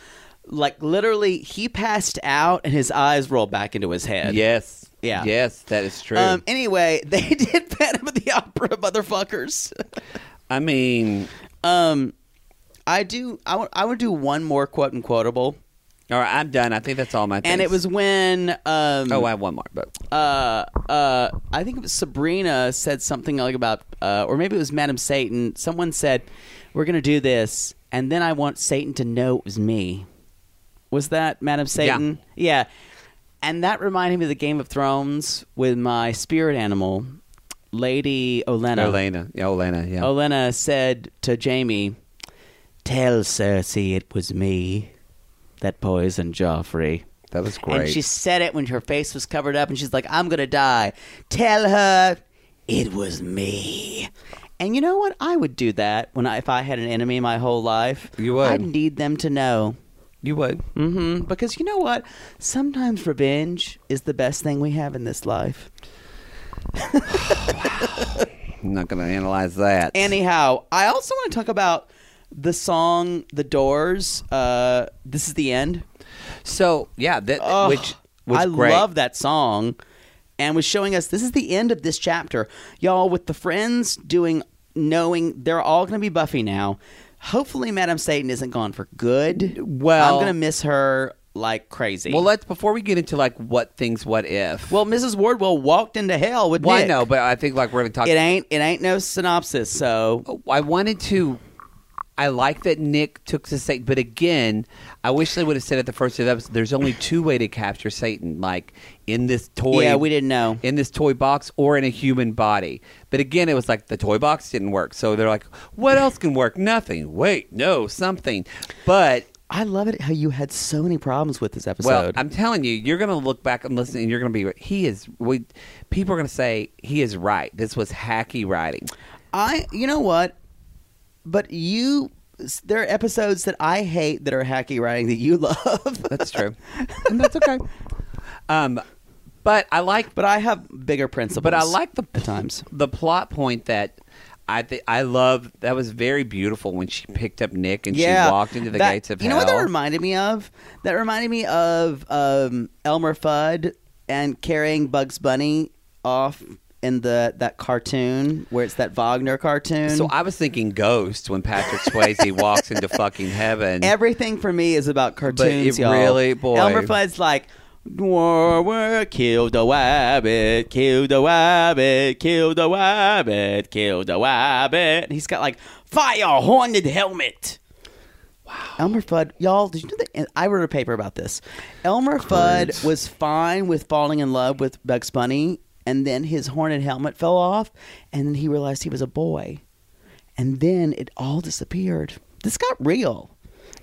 Speaker 1: like literally he passed out and his eyes rolled back into his head
Speaker 2: Yes.
Speaker 1: Yeah.
Speaker 2: Yes, that is true.
Speaker 1: um anyway they did phantom of the opera motherfuckers
Speaker 2: I mean,
Speaker 1: um i do I would- I would do one more quote and quotable
Speaker 2: all right, I'm done. I think that's all my. Things.
Speaker 1: and it was when um
Speaker 2: Oh, I have one more, but
Speaker 1: uh, uh, I think it was Sabrina said something like about, uh, or maybe it was Madam Satan. Someone said, "We're gonna do this," and then I want Satan to know it was me. Was that Madam Satan? Yeah. And that reminded me of the Game of Thrones with my spirit animal, Lady Olena.
Speaker 2: Olena, yeah, Olena, yeah.
Speaker 1: Olenna said to Jamie, "Tell Cersei it was me that poisoned Joffrey."
Speaker 2: that was great.
Speaker 1: And she said it when her face was covered up, and she's like, I'm going to die. Tell her it was me. And you know what? I would do that when I, if I had an enemy my whole life.
Speaker 2: You would. Mm-hmm.
Speaker 1: I'd need them to know.
Speaker 2: you would.
Speaker 1: hmm Because you know what? Sometimes revenge is the best thing we have in this life.
Speaker 2: I'm not going to analyze that.
Speaker 1: Anyhow, I also want to talk about the song "The Doors." Uh, this is the end.
Speaker 2: so yeah, that
Speaker 1: Ugh,
Speaker 2: which was
Speaker 1: I
Speaker 2: great.
Speaker 1: love that song, and was showing us this is the end of this chapter, y'all. With the friends doing, knowing they're all going to be Buffy now. Hopefully, Madame Satan isn't gone for good.
Speaker 2: Well-
Speaker 1: I'm going to miss her like crazy.
Speaker 2: Well, let's before we get into like what things, what if.
Speaker 1: well, Mrs. Wardwell walked into hell with
Speaker 2: well I
Speaker 1: Nick.
Speaker 2: know, but I think like we're going to talk. Oh,
Speaker 1: it ain't it ain't no synopsis. So
Speaker 2: I wanted to. I like that Nick took to Satan, but again, I wish they would have said at the first of the episode, there's only two way to capture Satan, like in this toy.
Speaker 1: yeah, we didn't know.
Speaker 2: in this toy box or in a human body. But again, it was like the toy box didn't work. So they're like, what else can work? Nothing. Wait, no, something. But
Speaker 1: I love it how you had so many problems with this episode.
Speaker 2: well, I'm telling you, you're going to look back and listen, and you're going to be, he is, we, people are going to say, he is right. This was hacky writing.
Speaker 1: I, you know what? But you, there are episodes that I hate that are hacky writing that you love.
Speaker 2: That's true. and that's okay. Um, but I like
Speaker 1: but I have bigger principles.
Speaker 2: But I like the
Speaker 1: at times.
Speaker 2: the plot point that I th- I love. That was very beautiful when she picked up Nick and she walked into the
Speaker 1: that-
Speaker 2: gates of
Speaker 1: You know
Speaker 2: hell.
Speaker 1: what that reminded me of? That reminded me of um, Elmer Fudd and carrying Bugs Bunny off in the that cartoon where it's that Wagner cartoon.
Speaker 2: so I was thinking Ghost when Patrick Swayze walks into fucking heaven.
Speaker 1: Everything for me is about cartoons,
Speaker 2: it
Speaker 1: y'all.
Speaker 2: really- boy.
Speaker 1: Elmer Fudd's like, Warwick killed the rabbit, killed the rabbit, killed the rabbit, killed the rabbit. And he's got like fire horned helmet. Wow. Elmer Fudd, y'all, did you know that? I wrote a paper about this. Elmer Fudd was fine with falling in love with Bugs Bunny, and then his horned helmet fell off, and then he realized he was a boy and then it all disappeared. This got real.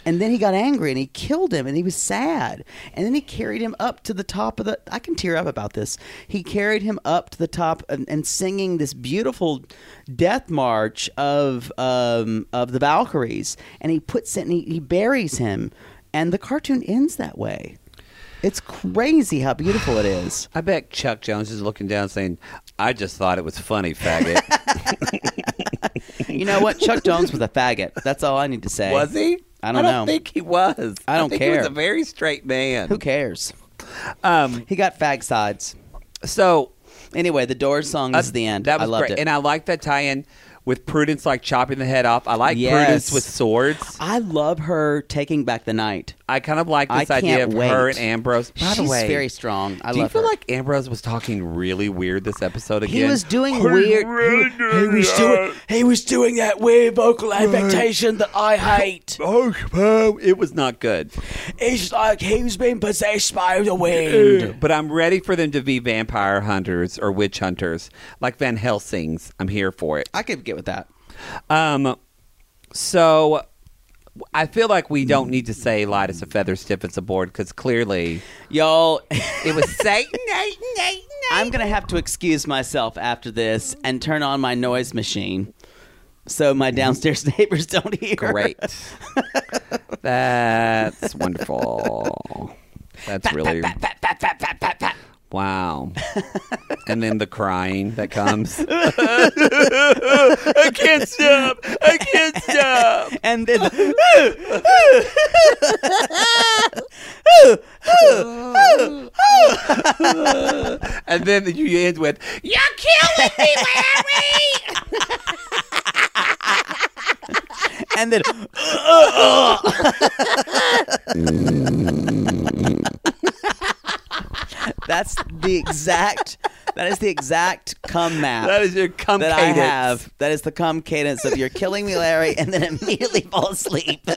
Speaker 1: And then he got angry and he killed him and he was sad. And then he carried him up to the top of the. I can tear up about this. He carried him up to the top and, and singing this beautiful death march of um, of the Valkyries. And he puts it and he, he buries him. And the cartoon ends that way. It's crazy how beautiful it is.
Speaker 2: I bet Chuck Jones is looking down saying, "I just thought it was funny, faggot."
Speaker 1: You know what? Chuck Jones was a faggot. That's all I need to say.
Speaker 2: was he?
Speaker 1: I don't know.
Speaker 2: think he was.
Speaker 1: I don't
Speaker 2: think He
Speaker 1: care.
Speaker 2: was a very straight man.
Speaker 1: Who cares?
Speaker 2: Um,
Speaker 1: He got fag sides.
Speaker 2: So uh,
Speaker 1: Anyway, the Doors song is the end.
Speaker 2: That was
Speaker 1: I loved
Speaker 2: great.
Speaker 1: it.
Speaker 2: And I like that tie in with Prudence like chopping the head off. I like
Speaker 1: Yes.
Speaker 2: Prudence with swords.
Speaker 1: I love her taking back the night.
Speaker 2: I kind of like
Speaker 1: I
Speaker 2: this idea
Speaker 1: can't
Speaker 2: of her
Speaker 1: wait.
Speaker 2: and Ambrose. By the
Speaker 1: She's
Speaker 2: way,
Speaker 1: very strong. I
Speaker 2: do you
Speaker 1: love
Speaker 2: feel
Speaker 1: her.
Speaker 2: like Ambrose was talking really weird this episode again? uh,
Speaker 1: he was doing weird. He, he was doing. He was doing that weird vocal affectation that I hate.
Speaker 2: Oh, well, it was not good.
Speaker 1: It's like he was being possessed by the wind.
Speaker 2: But I'm ready for them to be vampire hunters or witch hunters, like Van Helsing's. I'm here for it.
Speaker 1: I could get with that.
Speaker 2: Um, so I feel like we don't need to say light as a feather, stiff as a board, because clearly
Speaker 1: Y'all,
Speaker 2: it was Satan. night, night, night.
Speaker 1: I'm going to have to excuse myself after this and turn on my noise machine so my downstairs neighbors don't hear.
Speaker 2: Great. That's wonderful. That's really wow. And then the crying that comes. I can't stop. I can't stop.
Speaker 1: And then the,
Speaker 2: And then you end with "You're killing me, Larry."
Speaker 1: and then That's the exact that is the exact cum map.
Speaker 2: That is your cum
Speaker 1: that
Speaker 2: cadence.
Speaker 1: I have. That is the cum cadence of you're killing me, Larry, and then immediately fall asleep.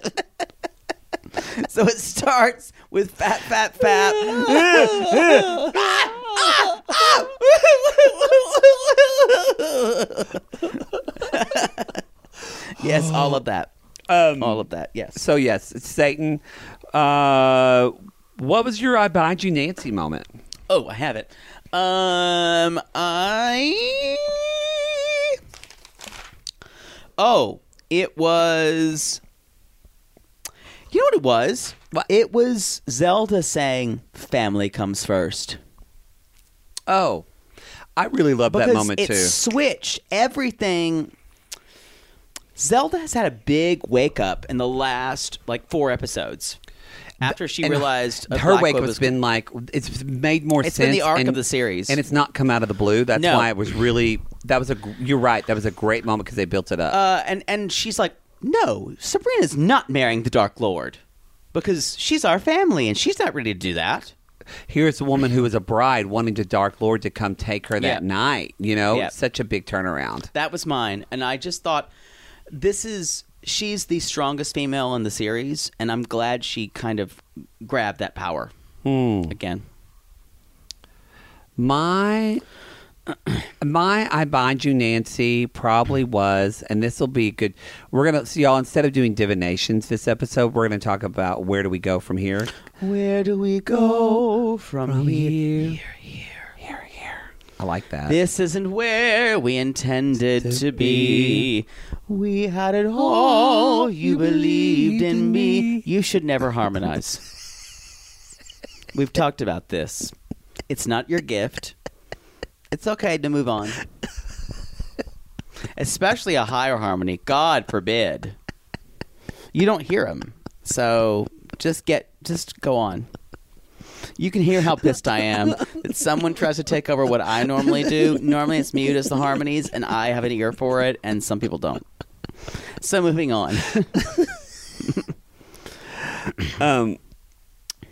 Speaker 1: so it starts with fat, fat, fat. yes, all of that.
Speaker 2: Um,
Speaker 1: All of that, yes.
Speaker 2: So yes, it's Satan. Uh, what was your "I bind you, Nancy" moment?
Speaker 1: Oh, I have it. Um, I. Oh, it was. You know what it was?
Speaker 2: What?
Speaker 1: It was Zelda saying, "Family comes first.
Speaker 2: Oh, I really love that
Speaker 1: Because
Speaker 2: moment
Speaker 1: it
Speaker 2: too.
Speaker 1: switched everything. Zelda has had a big wake up in the last like four episodes. After she
Speaker 2: And
Speaker 1: realized a
Speaker 2: her
Speaker 1: Black
Speaker 2: wake
Speaker 1: Widow
Speaker 2: has
Speaker 1: was-
Speaker 2: been like it's made more
Speaker 1: It's
Speaker 2: sense.
Speaker 1: been the arc
Speaker 2: and,
Speaker 1: of the series.
Speaker 2: and it's not come out of the blue. That's
Speaker 1: No.
Speaker 2: why it was really that was a gr- you're right. That was a great moment because they built it up.
Speaker 1: uh, and and she's like, "No, Sabrina's not marrying the Dark Lord because she's our family, and she's not ready to do that."
Speaker 2: Here's a woman who was a bride wanting the Dark Lord to come take her that
Speaker 1: Yeah.
Speaker 2: night. You know,
Speaker 1: Yeah.
Speaker 2: such a big turnaround.
Speaker 1: That was mine, and I just thought, this is she's the strongest female in the series, and I'm glad she kind of grabbed that power again.
Speaker 2: My my I bind you Nancy probably was and this will be good. We're going to see y'all instead of doing divinations this episode, we're going to talk about where do we go from here?
Speaker 1: Where do we go from, here?
Speaker 2: Here, here. I like that.
Speaker 1: This isn't where we intended to be. We had it all. You believed in me. You should never harmonize. We've talked about this. It's not your gift. It's okay to move on. Especially a higher harmony. God forbid. You don't hear them. So just get, just go on. You can hear how pissed I am that someone tries to take over what I normally do. Normally it's mute as the harmonies, and I have an ear for it, and some people don't. So moving on.
Speaker 2: um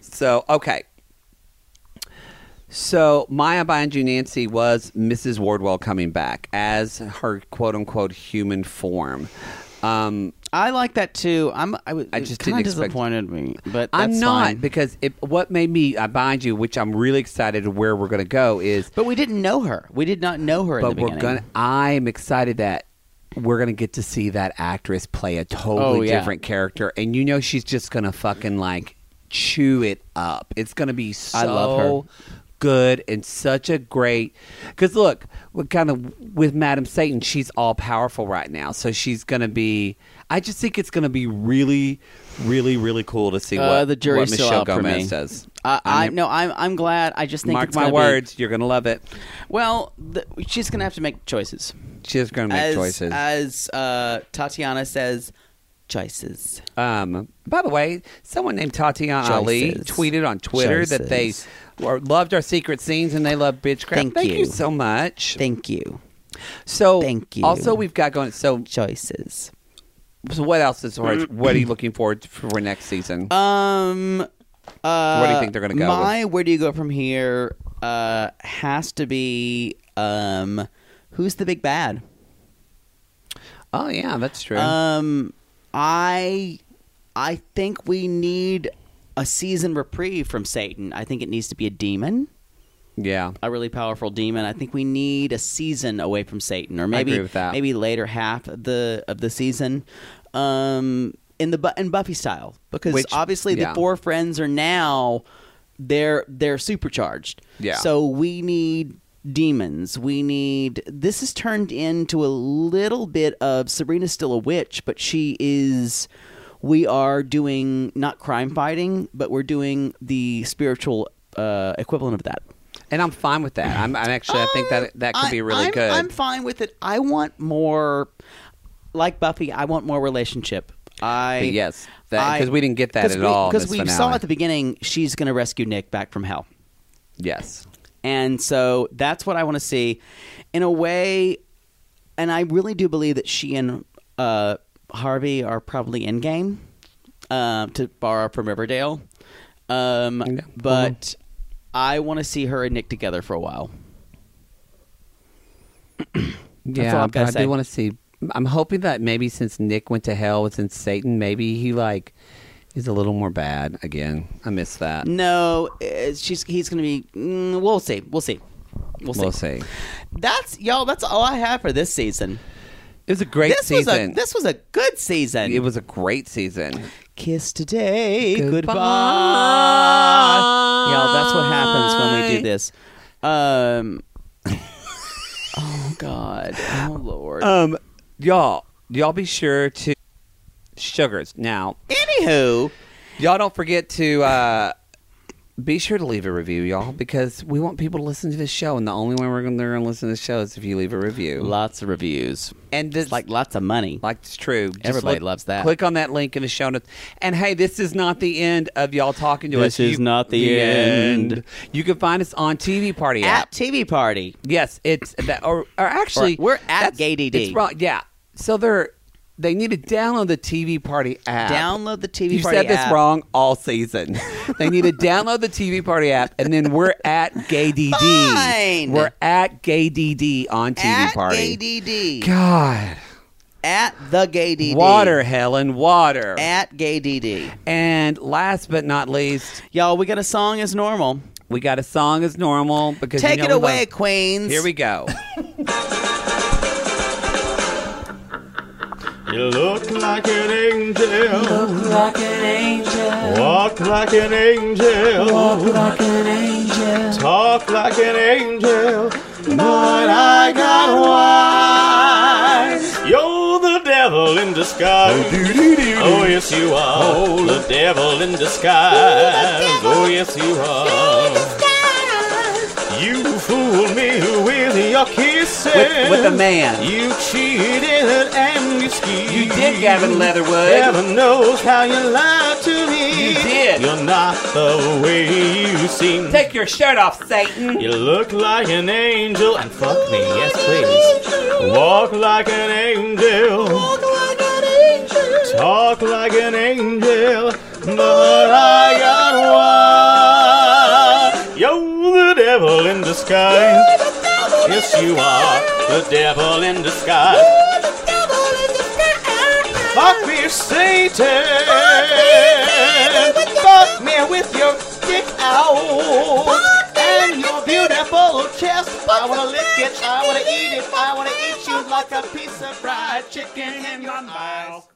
Speaker 2: so okay. So Maya Bind You Nancy was Mrs. Wardwell coming back as her quote unquote human form. Um
Speaker 1: I like that too. I'm. I, was-
Speaker 2: I
Speaker 1: it
Speaker 2: just
Speaker 1: kinda
Speaker 2: didn't expect-
Speaker 1: disappointed me, but
Speaker 2: I'm
Speaker 1: that's
Speaker 2: not
Speaker 1: fine.
Speaker 2: because it, what made me I bind you, which I'm really excited where we're going to go is
Speaker 1: But we didn't know her. We did not know her. in
Speaker 2: but
Speaker 1: the
Speaker 2: we're
Speaker 1: beginning.
Speaker 2: gonna i'm excited that we're gonna get to see that actress play a totally
Speaker 1: Oh, yeah.
Speaker 2: different character and you know she's just gonna fucking like chew it up it's gonna be so
Speaker 1: I love
Speaker 2: good and such a great because look what kind of with madam satan she's all powerful right now so she's gonna be i just think it's gonna be really really really cool to see
Speaker 1: Uh,
Speaker 2: what
Speaker 1: the jury's
Speaker 2: what
Speaker 1: still
Speaker 2: michelle
Speaker 1: out for
Speaker 2: gomez
Speaker 1: me.
Speaker 2: does
Speaker 1: I, I,
Speaker 2: I'm-
Speaker 1: no, I'm. I'm glad. I just think
Speaker 2: mark
Speaker 1: it's
Speaker 2: my
Speaker 1: gonna be-
Speaker 2: words you're gonna love it
Speaker 1: well, the, she's gonna have to make choices.
Speaker 2: she's gonna make
Speaker 1: as,
Speaker 2: choices
Speaker 1: As uh, Tatiana says, choices.
Speaker 2: Um, by the way, someone named Tatiana Ali
Speaker 1: Choices.
Speaker 2: tweeted on Twitter that they
Speaker 1: Choices.
Speaker 2: were, loved our secret scenes and they love bitchcraft.
Speaker 1: Thank
Speaker 2: Thank you.
Speaker 1: you.
Speaker 2: so much.
Speaker 1: Thank you.
Speaker 2: so
Speaker 1: thank you.
Speaker 2: Also, we've got going. So,
Speaker 1: Choices.
Speaker 2: so what else is what are you looking forward to for next season?
Speaker 1: Um, uh,
Speaker 2: Where do you think they're gonna go
Speaker 1: My where do you go from here uh, has to be um, who's the big bad?
Speaker 2: oh yeah, that's true.
Speaker 1: Um, I I think we need a season reprieve from Satan. I think it needs to be a demon,
Speaker 2: yeah.
Speaker 1: a really powerful demon. I think we need a season away from Satan, or maybe
Speaker 2: agree with that.
Speaker 1: maybe later half of the of the season. Um, in the Bu- in Buffy style, because
Speaker 2: Which-
Speaker 1: obviously
Speaker 2: yeah.
Speaker 1: the four friends are now they're they're supercharged.
Speaker 2: Yeah.
Speaker 1: So we need demons. We need this has turned into a little bit of Serena's still a witch, but she is we are doing not crime fighting, but we're doing the spiritual uh, equivalent of that.
Speaker 2: And I'm fine with that. I'm, I'm actually. I think that that could
Speaker 1: I-
Speaker 2: be really
Speaker 1: I'm-
Speaker 2: good.
Speaker 1: I'm fine with it. I want more like Buffy, I want more relationship. I
Speaker 2: But yes,
Speaker 1: I-
Speaker 2: because we didn't get that
Speaker 1: Cause
Speaker 2: at
Speaker 1: we,
Speaker 2: all. in
Speaker 1: Because
Speaker 2: this
Speaker 1: we
Speaker 2: finale.
Speaker 1: saw at the beginning she's going to rescue Nick back from hell,
Speaker 2: yes.
Speaker 1: and so that's what I want to see. In a way, and I really do believe that she and uh, Harvey are probably in game. Um, to borrow from Riverdale, um,
Speaker 2: Yeah.
Speaker 1: but I want to see her and Nick together for a while. all
Speaker 2: Yeah,
Speaker 1: I've
Speaker 2: but
Speaker 1: gotta
Speaker 2: I
Speaker 1: say.
Speaker 2: do want to see. I'm hoping that maybe since Nick went to hell, it's in Satan. Maybe he like is a little more bad again. I miss that.
Speaker 1: No, uh, she's he's going to be. Mm, we'll see. We'll see. We'll see.
Speaker 2: We'll see.
Speaker 1: That's y'all. That's all I have for this season.
Speaker 2: It was a great
Speaker 1: this
Speaker 2: season.
Speaker 1: was a this was a good season.
Speaker 2: it was a great season.
Speaker 1: kiss today. Goodbye.
Speaker 2: Goodbye.
Speaker 1: Y'all, that's what happens when we do this. Um, oh, God. Oh, Lord.
Speaker 2: Um, y'all, y'all be sure to sugars now.
Speaker 1: Anywho,
Speaker 2: Y'all don't forget to uh, be sure to leave a review, y'all, because we want people to listen to this show, and the only way we're going to listen to the show is if you leave a review.
Speaker 1: lots of reviews.
Speaker 2: and this,
Speaker 1: Like, lots of money.
Speaker 2: Like it's true. Just
Speaker 1: Everybody loves that.
Speaker 2: Click on that link in the show notes. And hey, this is not the end of y'all talking to us.
Speaker 1: This is not the end.
Speaker 2: You can find us on TV Party app.
Speaker 1: At TV Party.
Speaker 2: Yes, it's that, or, or actually,
Speaker 1: Or- we're at
Speaker 2: that's-
Speaker 1: GayDD.
Speaker 2: It's wrong. Yeah, so they're they need to download the TV Party app.
Speaker 1: Download the TV
Speaker 2: You
Speaker 1: Party
Speaker 2: said this
Speaker 1: app.
Speaker 2: wrong all season. they need to download the TV Party app, and then we're at GayDD.
Speaker 1: Fine.
Speaker 2: We're at GayDD on TV
Speaker 1: At
Speaker 2: Party.
Speaker 1: GayDD.
Speaker 2: God.
Speaker 1: At the Gay DD.
Speaker 2: Water, Helen, water.
Speaker 1: At Gay DD.
Speaker 2: And last but not least,
Speaker 1: Y'all, we got a song as normal.
Speaker 2: we got a song as normal because you
Speaker 1: Take
Speaker 2: know
Speaker 1: it
Speaker 2: we
Speaker 1: away,
Speaker 2: love-
Speaker 1: Queens.
Speaker 2: Here we go.
Speaker 4: You look like an angel. Look like an angel. Walk like an angel. Walk like an angel. Talk like an angel. But I got wise. You're the devil in disguise. Oh, yes, you are. Oh, the devil in disguise. Oh, yes, you are. You fooled me with your kisses.
Speaker 2: With, with a man.
Speaker 4: You cheated and you schemed.
Speaker 2: You did, Gavin Leatherwood.
Speaker 4: Heaven knows how you lied to me.
Speaker 2: You did.
Speaker 4: You're not the way you seem.
Speaker 2: Take your shirt off, Satan.
Speaker 4: You look like an angel and fuck me, yes please. Walk like an angel. Talk like an angel. But I got wise. You're the devil in disguise. Yes, you are the devil in disguise. Fuck me, Satan. Fuck me with your dick out. And your beautiful chest. I wanna lick it. I wanna eat it. I wanna eat you like a piece of fried chicken in your mouth.